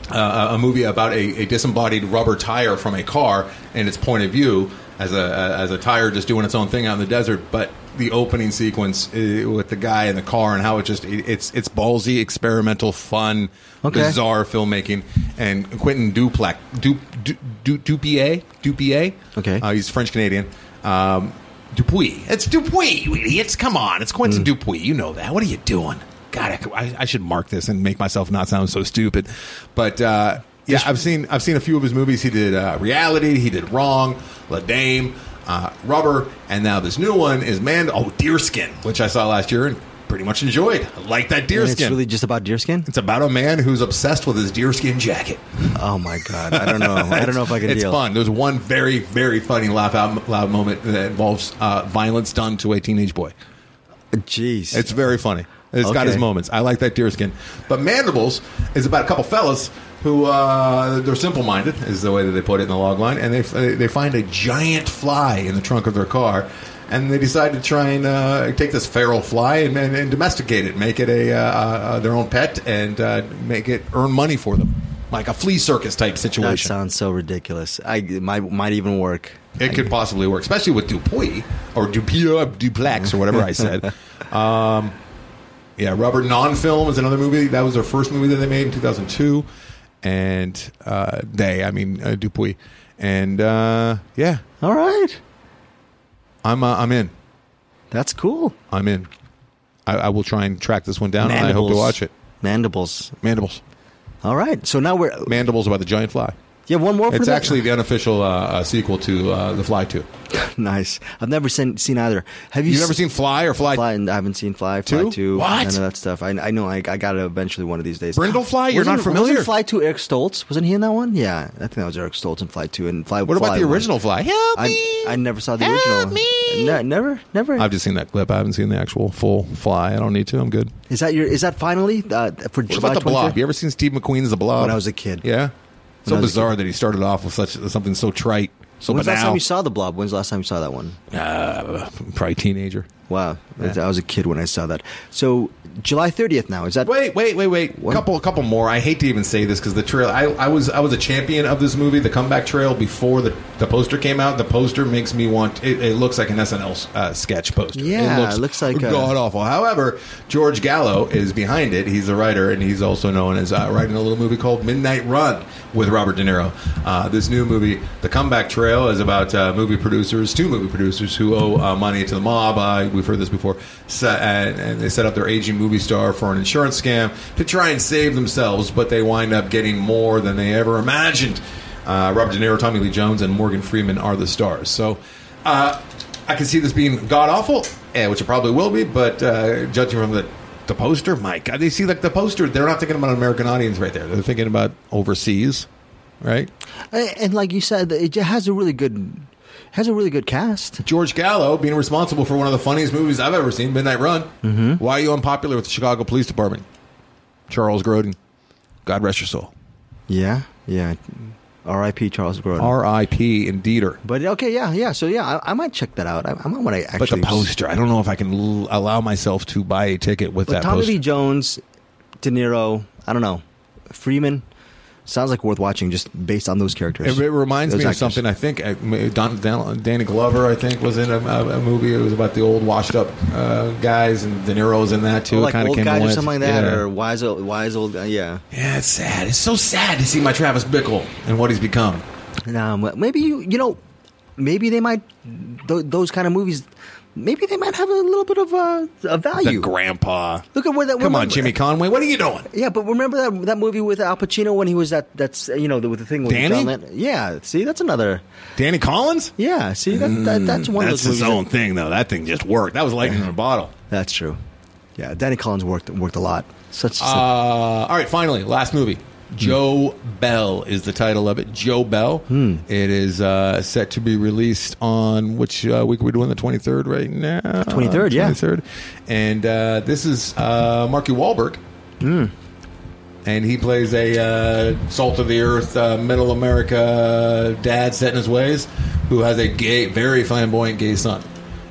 uh, a movie about a, a disembodied rubber tire from a car and its point of view as a as a tire just doing its own thing out in the desert, but the opening sequence uh, with the guy in the car and how it just it, it's it's ballsy, experimental, fun, Okay. bizarre filmmaking. And Quentin Duplac, Du Du Du Dupier, Dupier. Okay. uh, he's French Canadian. Um, Dupuy, it's Dupuy, you idiots! Come on, it's Mm. Quentin Dupuy. You know that. What are you doing? God, I, I- I should mark this and make myself not sound so stupid. But uh, yeah, I've seen I've seen a few of his movies. He did uh, Reality, he did Wrong, La Dame, uh, Rubber, and now this new one is Man. Oh, Deerskin, which I saw last year and pretty much enjoyed. I like that and it's deerskin. really just about deerskin. It's about a man who's obsessed with his deerskin jacket. Oh my god! I *laughs* don't know. I don't know if I can It's deal. fun. There's one very, very funny laugh out loud moment that involves uh, violence done to a teenage boy. Jeez. It's very funny. It's got Okay. his moments. I like that deerskin. But Mandibles is about a couple fellas who uh, they're simple minded, is the way that they put it in the log line, and they they find a giant fly in the trunk of their car, and they decide to try and uh, take this feral fly and, and, and domesticate it, make it a uh, uh, their own pet, and uh, make it earn money for them, like a flea circus type that situation. sounds so ridiculous. I it might might even work. It could possibly work, especially with Dupuy or Dupuy uh, Duplex or whatever I said. Um, yeah, Robert Non-Film is another movie. That was their first movie that they made in 2002. And uh, they, I mean uh, Dupuy. And uh, yeah, All right, I'm uh, I'm in. that's cool. I'm in. I, I will try and track this one down. and I hope to watch it. Mandibles. Mandibles. All right. So now we're. Mandibles about the giant fly. You have one more. For It's that? actually the unofficial uh, uh, sequel to uh, The Fly 2. *laughs* nice. I've never seen seen either. Have you You've never se- seen Fly or Fly? Fly? I haven't seen Fly. Fly Two? Two. What? None of that stuff. I, I know. I, I got it eventually one of these days. Brindlefly? You're Wasn't- not familiar? Wasn't Fly Two Eric Stoltz? Wasn't he in that one? Yeah, I think that was Eric Stoltz in Fly Two and Fly. What about Fly the one. original Fly? Help me! I I never saw the Help original. me. Ne- never, never. I've just seen that clip. I haven't seen the actual full fly. I don't need to. I'm good. is that your? Is that finally uh, for What July about the 25th? blob? You ever seen Steve McQueen's The Blob? When I was a kid. Yeah. So I was a bizarre that he started off with such something so trite. So When's the last banal. time you saw the Blob? When's the last time you saw that one? uh, probably teenager. Wow, I was a kid when I saw that. So July 30th now is that? Wait, wait, wait, wait. What? Couple, couple more. I hate to even say this because the trail. I, I was, I was a champion of this movie, the comeback trail before the, the poster came out. The poster makes me want. It, it looks like an SNL uh, sketch poster. Yeah, it looks like uh, a- god awful. However, George Gallo is behind it. He's a writer, and he's also known as uh, writing a little movie called Midnight Run with Robert De Niro. Uh, this new movie, The Comeback Trail, is about uh, movie producers, two movie producers who owe uh, money to the mob. Uh, we've heard this before, Se- and, and they set up their aging movie star for an insurance scam to try and save themselves, but they wind up getting more than they ever imagined. Uh, Robert De Niro, Tommy Lee Jones, and Morgan Freeman are the stars. So. Uh, I can see this being god awful, eh, which it probably will be, but uh, judging from the the poster, my God, they see like the poster. They're not thinking about an American audience right there. They're thinking about overseas right? A- And like you said, it j- has a really good has a really good cast. George Gallo being responsible for one of the funniest movies I've ever seen, Midnight Run. Mm-hmm. Why are you unpopular with the Chicago Police Department? Charles Grodin. God rest your soul. Yeah, yeah. R.I.P. Charles Grodin. R.I.P. Indeeder. but okay, yeah, yeah. So yeah, I, I might check that out. I, I might want to But the actually. poster, I don't know if I can l- allow myself to buy a ticket with But that Tommy poster. Lee Jones, De Niro. I don't know. Freeman sounds like worth watching just based on those characters. It, it reminds Those me of actors. something. I think uh, Don, Don, Danny Glover, I think, was in a, a, a movie. It was about the old washed-up uh, guys, and De Niro's in that too. like Kinda old came guy and or went. something like that, Yeah. or wise old, wise old guy. Yeah. yeah, it's sad. It's so sad to see my Travis Bickle and what he's become. No, but maybe you you know, maybe they might th- those kind of movies. Maybe they might have a little bit of uh, The a value. grandpa. Look at where that. Come on, remember- Jimmy Conway. What are you doing? Yeah, but remember that that movie with Al Pacino when he was that that's you know the, with the thing with Danny? John Lennon? Yeah, see that's another. Danny Collins? Yeah, see that, that that's one Mm, That's of those his movies. own that- thing, though. That thing just worked. That was lightning in a bottle. that's true. Yeah, Danny Collins worked worked a lot. Such Uh, all right, finally, last movie. Joe Bell is the title of it. Joe Bell. Hmm. It is uh, set to be released on which uh, week are we doing? The twenty third, right now. 23rd, yeah. twenty third. And uh, this is uh, Marky Wahlberg, and he plays a uh, salt of the earth, uh, middle America uh, dad set in his ways, who has a gay, very flamboyant gay son.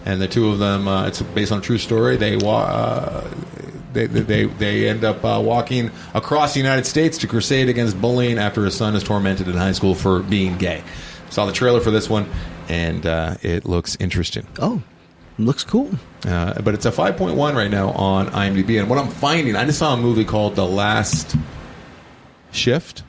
And the two of them, uh, it's based on a true story. They wa- uh, they, they, they, they end up uh, walking across the United States to crusade against bullying after his son is tormented in high school for being gay. Saw the trailer for this one, and uh, it looks interesting. oh, looks cool. Uh, but it's a 5.1 right now on IMDb. And what I'm finding, I just saw a movie called The Last Shift.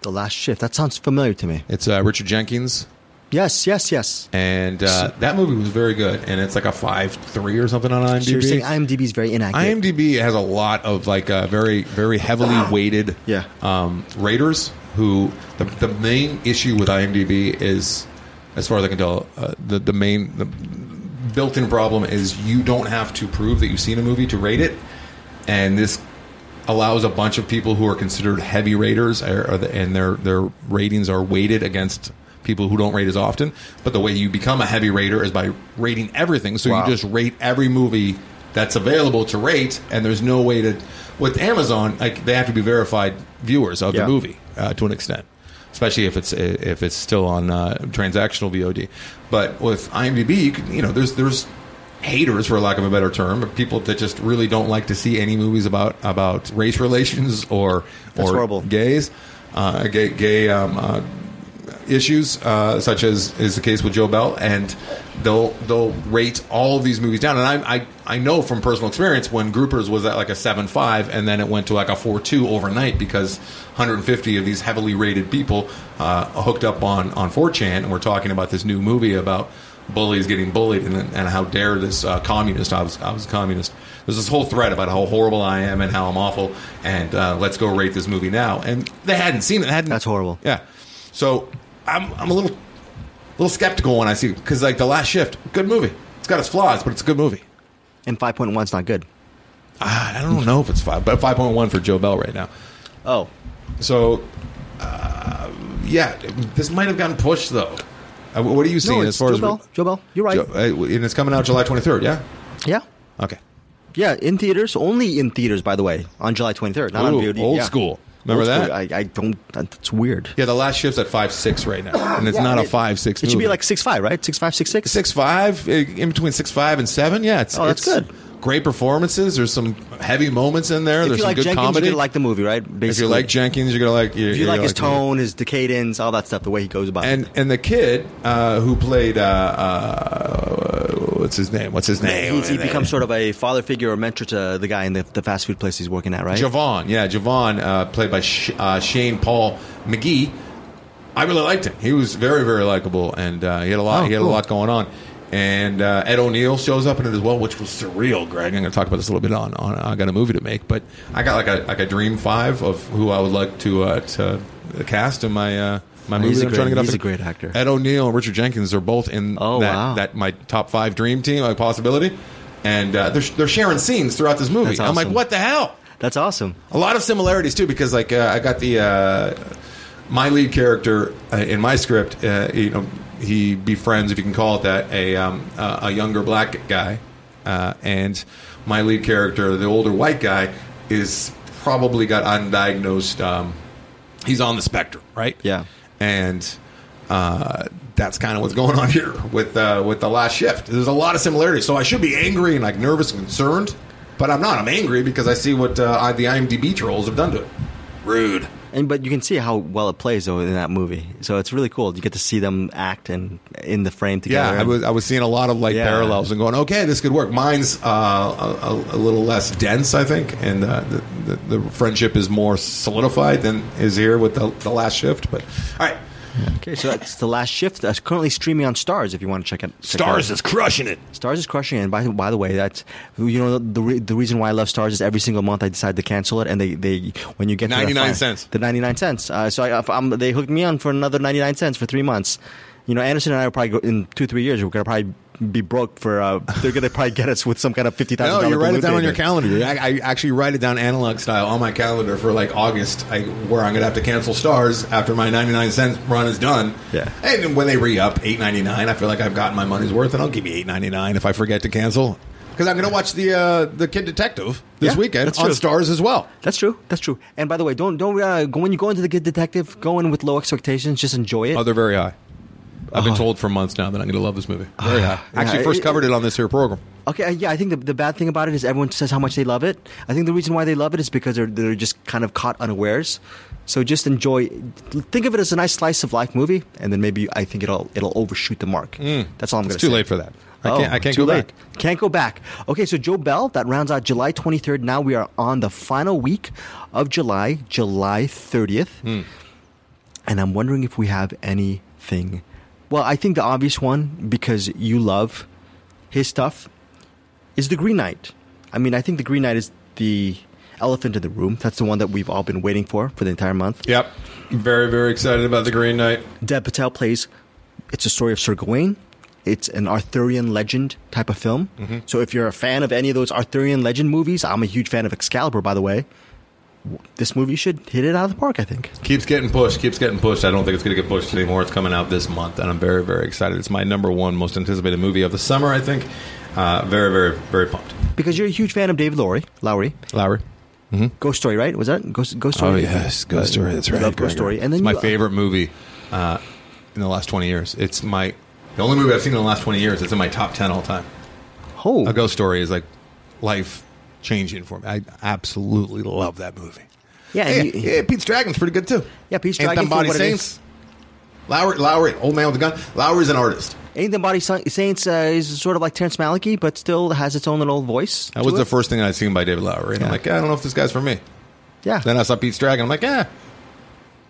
The Last Shift. That sounds familiar to me. It's uh, Richard Jenkins, Yes, yes, yes. and uh, that movie was very good. And it's like a five three or something on IMDb. So you're saying IMDb is very inaccurate. IMDb has a lot of like uh, very very heavily weighted Ah. Yeah. um, raters who the, the main issue with IMDb is as far as I can tell uh, the the main the built-in problem is you don't have to prove that you've seen a movie to rate it and this allows a bunch of people who are considered heavy raters or, or the, and their their ratings are weighted against people who don't rate as often but the way you become a heavy rater is by rating everything so Wow. you just rate every movie that's available to rate and there's no way to with amazon like they have to be verified viewers of Yeah. the movie uh, to an extent especially if it's if it's still on uh, transactional vod but with imdb you, can, you know there's there's haters for lack of a better term people that just really don't like to see any movies about about race relations or That's or horrible. gays uh, gay gay um, uh, issues, uh, such as is the case with Joe Bell, and they'll they'll rate all of these movies down. And I I, I know from personal experience when Groupers was at like a seven five, and then it went to like a four two overnight because 150 of these heavily rated people uh, hooked up on on 4chan and we're talking about this new movie about bullies getting bullied and, and how dare this uh, communist I was, I was a communist there's this whole thread about how horrible i am and how i'm awful and uh, let's go rate this movie now and they hadn't seen it hadn't That's horrible. yeah. So I'm I'm a little little skeptical when I see because like the last shift, good movie. It's got its flaws, but it's a good movie. Ah, and 5.1 is not good. I I don't know if it's five, but five point one for Joe Bell right now. Oh, So uh, yeah, this might have gotten pushed though. Uh, what are you seeing no, as it's far Joe as Bell. Joe Bell, you're right. Joe- uh, and it's coming out July 23rd, yeah? yeah, Okay. yeah, in theaters, only in theaters, by the way, on July 23rd, not on Ooh, VOD. old yeah. school. Remember Old that? school. I, I don't. That's weird. Yeah, the last shift's at five six right now, and it's Yeah, not a it- five six. It should be movie. like six five, right? Six five, six six. six five eh, in between six five and seven. Yeah, it's Oh, that's it's good. Great performances. There's some heavy moments in there. If There's you some like good Jenkins, comedy. you're gonna like the movie, right? Basically, if you like Jenkins, you're gonna like. You're, if you like his tone, his the cadence, all that stuff, the way he goes about And it. and the kid uh, who played uh, uh, what's his name? What's his name? He, he becomes sort of a father figure or mentor to the guy in the, the fast food place he's working at, right? Javon. Yeah, Javon, uh, played by Sh- uh, Shane Paul McGee. I really liked him. He was very very likable, and uh, he had a lot. Oh, he had cool. a lot going on. And uh, Ed O'Neill shows up in it as well, which was surreal. Greg, I'm going to talk about this a little bit on. on I got a movie to make, but I got like a like a dream five of who I would like to uh, to cast in my uh, my movie. He's a that I'm trying to great- get off he's the- a great actor. Ed O'Neill and Richard Jenkins are both in Oh, that, wow. that my top five dream team like possibility, and uh, they're they're sharing scenes throughout this movie. That's I'm like, awesome. what the hell? That's awesome. A lot of similarities too, because like uh, I got the uh, my lead character uh, in my script, uh, you know, he befriends, if you can call it that, a um, uh, a younger black guy, uh, and my lead character, the older white guy, is probably got undiagnosed. Um, he's on the spectrum, right? Yeah. and uh, that's kind of what's going on here with uh, with the last shift. There's a lot of similarities, so I should be angry and like nervous and concerned, but I'm not. I'm angry because I see what uh, I, the IMDb trolls have done to it. Rude. And but you can see how well it plays though in that movie. So it's really cool. You get to see them act and in the frame together. Yeah, I was I was seeing a lot of like Yeah. parallels and going, okay, this could work. Mine's uh, a, a- a little less dense, I think, and uh, the, the the friendship is more solidified than is here with the, the last shift. But all right, Okay, so that's the last shift. That's currently streaming on Stars. If you want to check it, check it out. Stars is crushing it. Stars is crushing. it. And by, by the way, that's you know the re- the reason why I love Stars is every single month I decide to cancel it, and they, they when you get to that 99 fi- cents. the ninety nine cents. Uh, so I, if I'm, they hooked me on for another ninety nine cents for three months. You know, Anderson and I will probably go, in two three years we're gonna probably be broke for uh, they're gonna probably get us with some kind of fifty thousand. No, you write it down on your calendar. I, I actually write it down analog style on my calendar for like August, I, where I'm gonna have to cancel stars after my 99 cent run is done. Yeah. and then when they re up 8.99, I feel like I've gotten my money's worth, and I'll give you 8.99 if I forget to cancel because I'm gonna watch the uh, the Kid Detective this Yeah, weekend on that's true. stars as well. That's true. That's true. And by the way, don't don't uh, go, when you go into the Good Detective, go in with low expectations. Just enjoy it. Oh, they're very high. I've been Oh. told for months now that I'm going to love this movie. Very Ah, high. Actually, yeah, first it- covered it on this here program. Okay, uh, yeah, I think the, the bad thing about it is everyone says how much they love it. I think the reason why they love it is because they're, they're just kind of caught unawares. So just enjoy. Think of it as a nice slice of life movie, and then maybe I think it'll it'll overshoot the mark. That's all I'm going Mm. to It's say. too late for that. I can't. I can't Oh, too go late. back. Can't go back. Okay, so Joe Bell, that rounds out July 23rd. Now we are on the final week of July, July 30th. Hmm. And I'm wondering if we have anything. Well, I think the obvious one, because you love his stuff, is The Green Knight. I mean, I think The Green Knight is the elephant in the room. That's the one that we've all been waiting for for the entire month. Yep. Very very excited about the Green Knight. Deb Patel plays. It's a story of Sir Gawain. It's an Arthurian legend type of film. Mm-hmm. So if you're a fan of any of those Arthurian legend movies, I'm a huge fan of Excalibur, by the way. w- This movie should hit it out of the park, I think. keeps getting pushed, keeps getting pushed. I don't think it's going to get pushed anymore. It's coming out this month, and I'm very, very excited. It's my number one most anticipated movie of the summer, I think. Uh, very, very, very pumped. Because you're a huge fan of David Lowry, Lowry. Lowry. Ghost Story, right? Was that Ghost, Ghost Story? Oh, Ghost Story. That's right, Uh, Love Ghost Gregor. Story. And then it's my you- favorite movie uh, in the last 20 years. It's my the only movie I've seen in the last 20 years. It's in my top 10 all time. Oh, A Ghost Story is like life changing for me. I absolutely love that movie. yeah, Yeah, and you- yeah, Pete's Dragon's pretty good too. Yeah, Pete's Ain't Dragon Them for Body what it is. Saints. Lowry, Lowry, old man with a gun. Lowry's an artist. Ain't the Body Sa- Saints uh, is sort of like Terrence Malick, but still has its own little voice. That to was it. the first thing I'd seen by David Lowery. And I'm Yeah. like, I don't know if this guy's for me. Yeah. Then I saw Pete's Dragon. I'm like, yeah,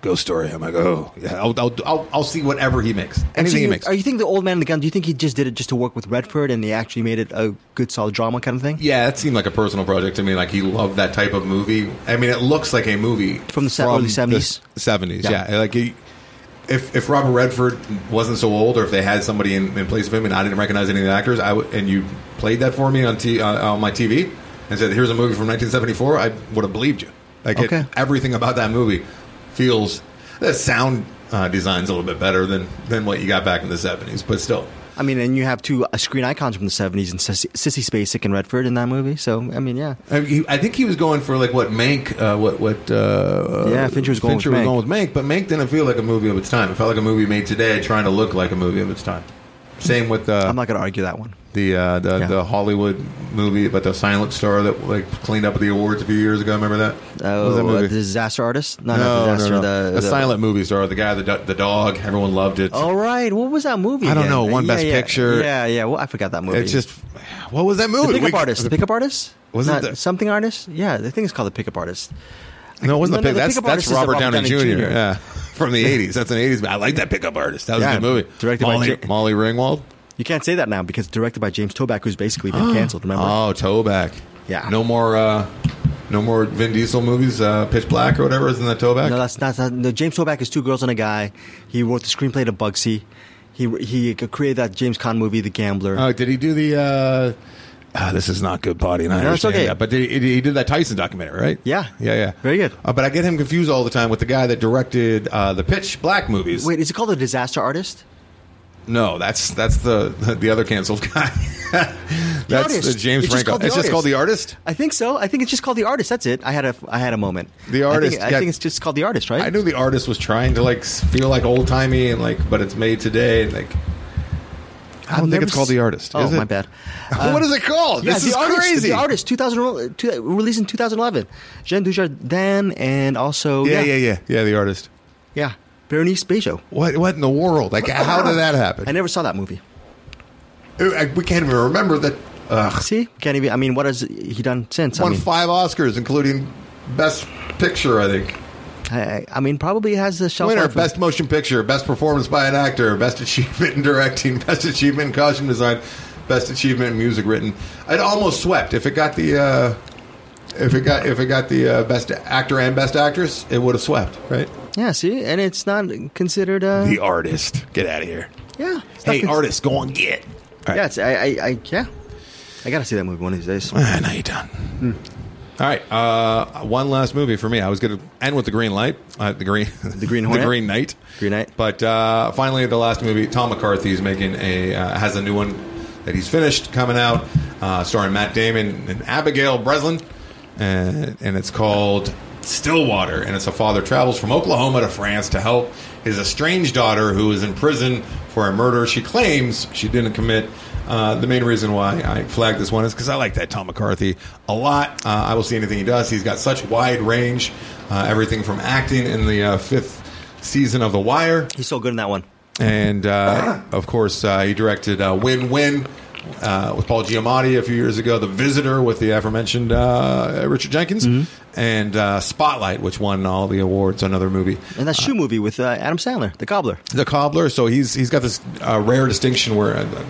Ghost story. I'm like, oh. yeah I'll, I'll, I'll, I'll see whatever he makes. And so Anything he you- makes. Are you think the old man in the gun? Do you think he just did it just to work with Redford, and he actually made it a good solid drama kind of thing? yeah, that seemed like a personal project to me. Like, he loved that type of movie. I mean, it looks like a movie From the se- early the 70s? 70s, yeah. Yeah. Like, he, if, if Robert Redford wasn't so old, or if they had somebody in, in place of him and I didn't recognize any of the actors, I would, and you played that for me on, t- on, on my TV and said, here's a movie from 1974, I would have believed you. Like, it- Okay. everything about that movie feels the sound uh, design's a little bit better than than what you got back in the 70s but still I mean, and you have two uh, screen icons from the '70s and Sissy, Sissy Spacek and Redford in that movie. So I mean, yeah, I, mean, he, I think he was going for like what Mank, uh, what what uh, Yeah, Fincher was going with Mank. Mank, but Mank didn't feel like a movie of its time. It felt like a movie made today, trying to look like a movie of its time. Same with uh, I'm not going to argue that one. the uh, the, Yeah. the Hollywood movie about the silent star that like cleaned up at the awards a few years ago. Remember that? What was Oh, that uh, movie? the disaster artist? No, no, not no, disaster. no. The, a the- Oh, silent movie star, the guy, the do- the dog. Everyone loved it. All right, what was that movie? I don't again? know, won Yeah, Best yeah. Picture. Yeah, yeah. Well, I forgot that movie. It's just what was that the movie? pickup We- artist. The pickup artist. Was it Not- the- something artist? Yeah, the thing is called the pickup artist. No, it wasn't the No, no, the pick. That's pickup that's artist is Robert Robert Downey, Downey Jr. Jr.. Yeah, from the '80s. That's an '80s. But I like that pickup artist. That was Yeah, a good movie. directed by Molly, J- Molly Ringwald. You can't say that now because directed by James Toback, who's *gasps* basically been canceled. Remember? Oh, Toback. Yeah. No more. Uh, no more Vin Diesel movies. Uh, Pitch Black or whatever. Isn't that Toback? No, that's not. That, no, James Toback is two girls and a guy. He wrote the screenplay to Bugsy. He he created that James Caan movie, The Gambler. oh, did he do the? Uh, ah, this is not good potty, and I No, it's understand okay. that. But he, he did that Tyson documentary, right? Yeah. yeah, yeah. Very good. Uh, but I get him confused all the time with the guy that directed uh, the Pitch Black movies. Wait, is it called a disaster artist? No, that's that's the *laughs* the other canceled guy. *laughs* that's Artist. the James It's just Franco. called The it's just called the artist. I think so. I think it's just called the artist. That's it. I had a I had a moment. The I think- Artist, I think, yeah. it's just called the artist, right? I knew the artist was trying to like s- feel like old timey and like, but it's made today and like. I I've don't think never it's called s- the artist. Oh, is it? my bad. *laughs* Uh, what is it called? Yeah, this the is artist, crazy. The artist, 2000, two, released in 2011. Jean Dujardin and also Yeah, yeah, yeah, yeah, yeah. The artist. yeah. Berenice Bejo. What? What in the world? Like, how did that happen? I never saw that movie. I- we can't even remember that. Ugh. See, can't even. I mean, what has he done since? I Won mean, five Oscars, including Best Picture, I think. I, I mean, probably has a shelf Winner, life of- Best Motion Picture, Best Performance by an Actor, Best Achievement in Directing, *laughs* Best Achievement in Costume Design, Best Achievement in Music Written. It almost swept. If it got the, uh, if it got if it got the uh, Best Actor and Best Actress, it would have swept, right? Yeah, see, and it's not considered. Uh, The artist. Get out of here. yeah, it's not Hey, cons- artist, go on, get. All Yeah, right. it's, I, I, I, yeah, I gotta see that movie one of these days. Ah, now you're done. All right. Uh, one last movie for me. I was going to end with the Green Light, uh, the Green, *laughs* the Green Hornet? the Green Knight, Green Knight. But uh, finally, the last movie. Tom McCarthy is making a uh, has a new one that he's finished coming out, uh, starring Matt Damon and Abigail Breslin, and, and it's called Stillwater. And it's a father travels from Oklahoma to France to help his estranged daughter who is in prison for a murder she claims she didn't commit. Uh, the main reason why I flagged this one is because I like that Tom McCarthy a lot. Uh, I will see anything he does. He's got such wide range, uh, everything from acting in the uh, fifth season of The Wire He's so good in that one. and uh, of course uh, he directed uh, Win Win uh, with Paul Giamatti a few years ago, The Visitor with the aforementioned uh, Richard Jenkins, and uh, Spotlight, which won all the awards. Another movie, And that shoe movie with uh, Adam Sandler, The Cobbler. The Cobbler. So he's he's got this uh, rare distinction where. Uh,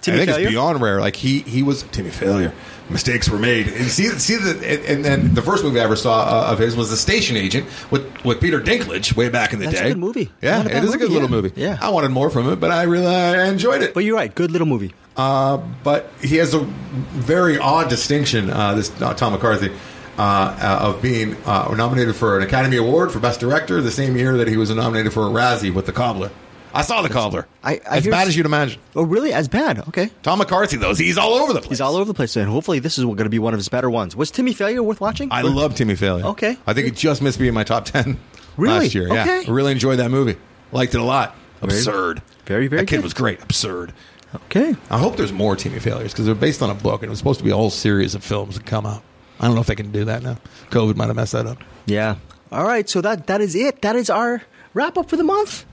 Timmy I think Failure? it's beyond rare. Like he, he was Timmy Failure. Mistakes were made, and see, see the, and, and then the first movie I ever saw uh, of his was The Station Agent with, with Peter Dinklage way back in the That's a day. good movie. Yeah, Not a it bad is a good movie, little yeah. movie. Yeah. I wanted more from it, but I really I enjoyed it. But you're right, good little movie. Uh, but he has a very odd distinction, uh, this uh, Tom McCarthy, uh, uh, of being uh, nominated for an Academy Award for Best Director the same year that he was nominated for a Razzie with The Cobbler. I saw The Cobbler. I- I as hear- bad as you'd imagine. Oh, really? As bad? Okay. Tom McCarthy, though, he's all over the place. He's all over the place, and hopefully this is going to be one of his better ones. Was Timmy Failure worth watching? I love Timmy Failure. Okay. I think it just missed being my top 10 Really? last year. Yeah. Okay. I really enjoyed that movie. Liked it a lot. Absurd. Very, very That kid good. was great. Absurd. Okay. I hope there's more Timmy Failures because they're based on a book and it was supposed to be a whole series of films that come out. I don't know if they can do that now. COVID might have messed that up. Yeah. All right. So that that is it. That is our wrap up for the month.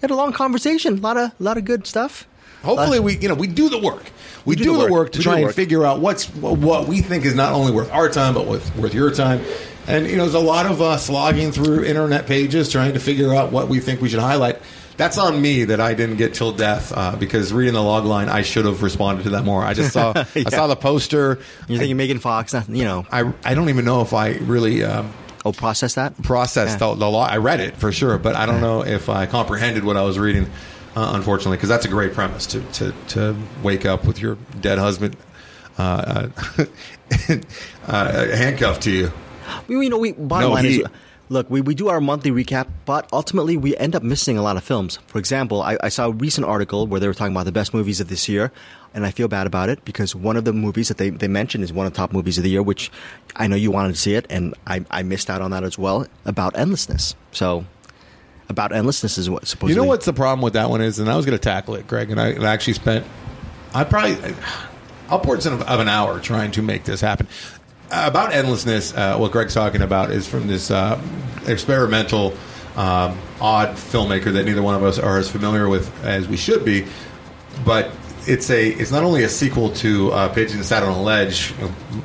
Had a long conversation. A lot of lot of good stuff. Hopefully, we you know we do the work. We, do, the work, to We do try the and work. figure out what's what we think is not only worth our time but worth worth your time. And you know, there's a lot of uh, slogging through internet pages trying to figure out what we think we should highlight. That's on me that I didn't get till death uh, because reading the log line, I should have responded to that more. I just saw I *laughs* Yeah. saw the poster. You're thinking Megan Fox? Not you know. I I don't even know if I really. Um, Oh, process that. processed Yeah. the, the law. I read it for sure, but I don't know if I comprehended what I was reading, uh, unfortunately, because that's a great premise to, to, to wake up with your dead husband uh, uh, *laughs* uh, handcuffed to you. We, you know, we bottom No, line he- is, look, we, we do our monthly recap, but ultimately we end up missing a lot of films. For example, I, I saw a recent article where they were talking about the best movies of this year, and I feel bad about it because one of the movies that they, they mentioned is one of the top movies of the year, which I know you wanted to see it, and I, I missed out on that as well about endlessness. So, about endlessness is what supposedly. You know what's the problem with that one is, and I was going to tackle it, Greg, and I, and I actually spent I probably upwards of, of an hour trying to make this happen. Uh, about endlessness, uh, what Greg's talking about is from this uh, experimental, um, odd filmmaker that neither one of us are as familiar with as we should be, but. It's a. It's not only a sequel to uh, Pigeon Sat on a Ledge,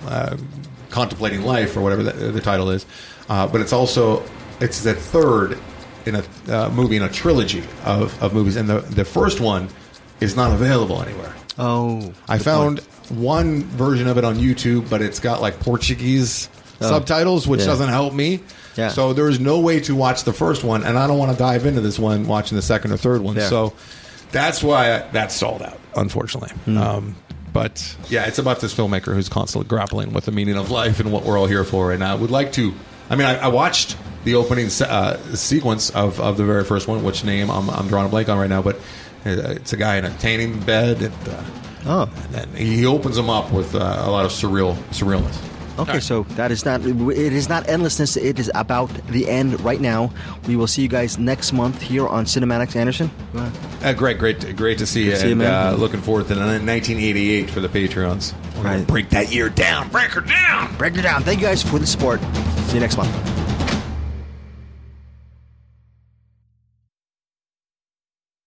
uh, contemplating life or whatever the, the title is, uh, but it's also it's the third in a uh, movie in a trilogy of, of movies, and the the first one is not available anywhere. Oh, I good found point. one version of it on YouTube, but it's got like Portuguese subtitles, which Oh. yeah. doesn't help me. Yeah. So there is no way to watch the first one, and I don't want to dive into this one watching the second or third one. Yeah. Hmm. So that's why I, that's sold out, unfortunately. Um, But yeah, it's about this filmmaker who's constantly grappling with the meaning of life and what we're all here for. And I would like to. I mean, I, I watched the opening se- uh, sequence of, of the very first one, which name I'm, I'm drawing a blank on right now, but uh, it's a guy in a tanning bed. And, uh, Oh. and he opens them up with uh, a lot of surreal surrealness. Okay, so that is not it is not endlessness. It is about the end right now. We will see you guys next month here on Cinematics Anderson. Uh, great, great, great to see you. to see you, and, man. uh, looking forward to 1988 for the Patreons. Right. Break that year down. Break her down. Break it down. Thank you guys for the support. See you next month.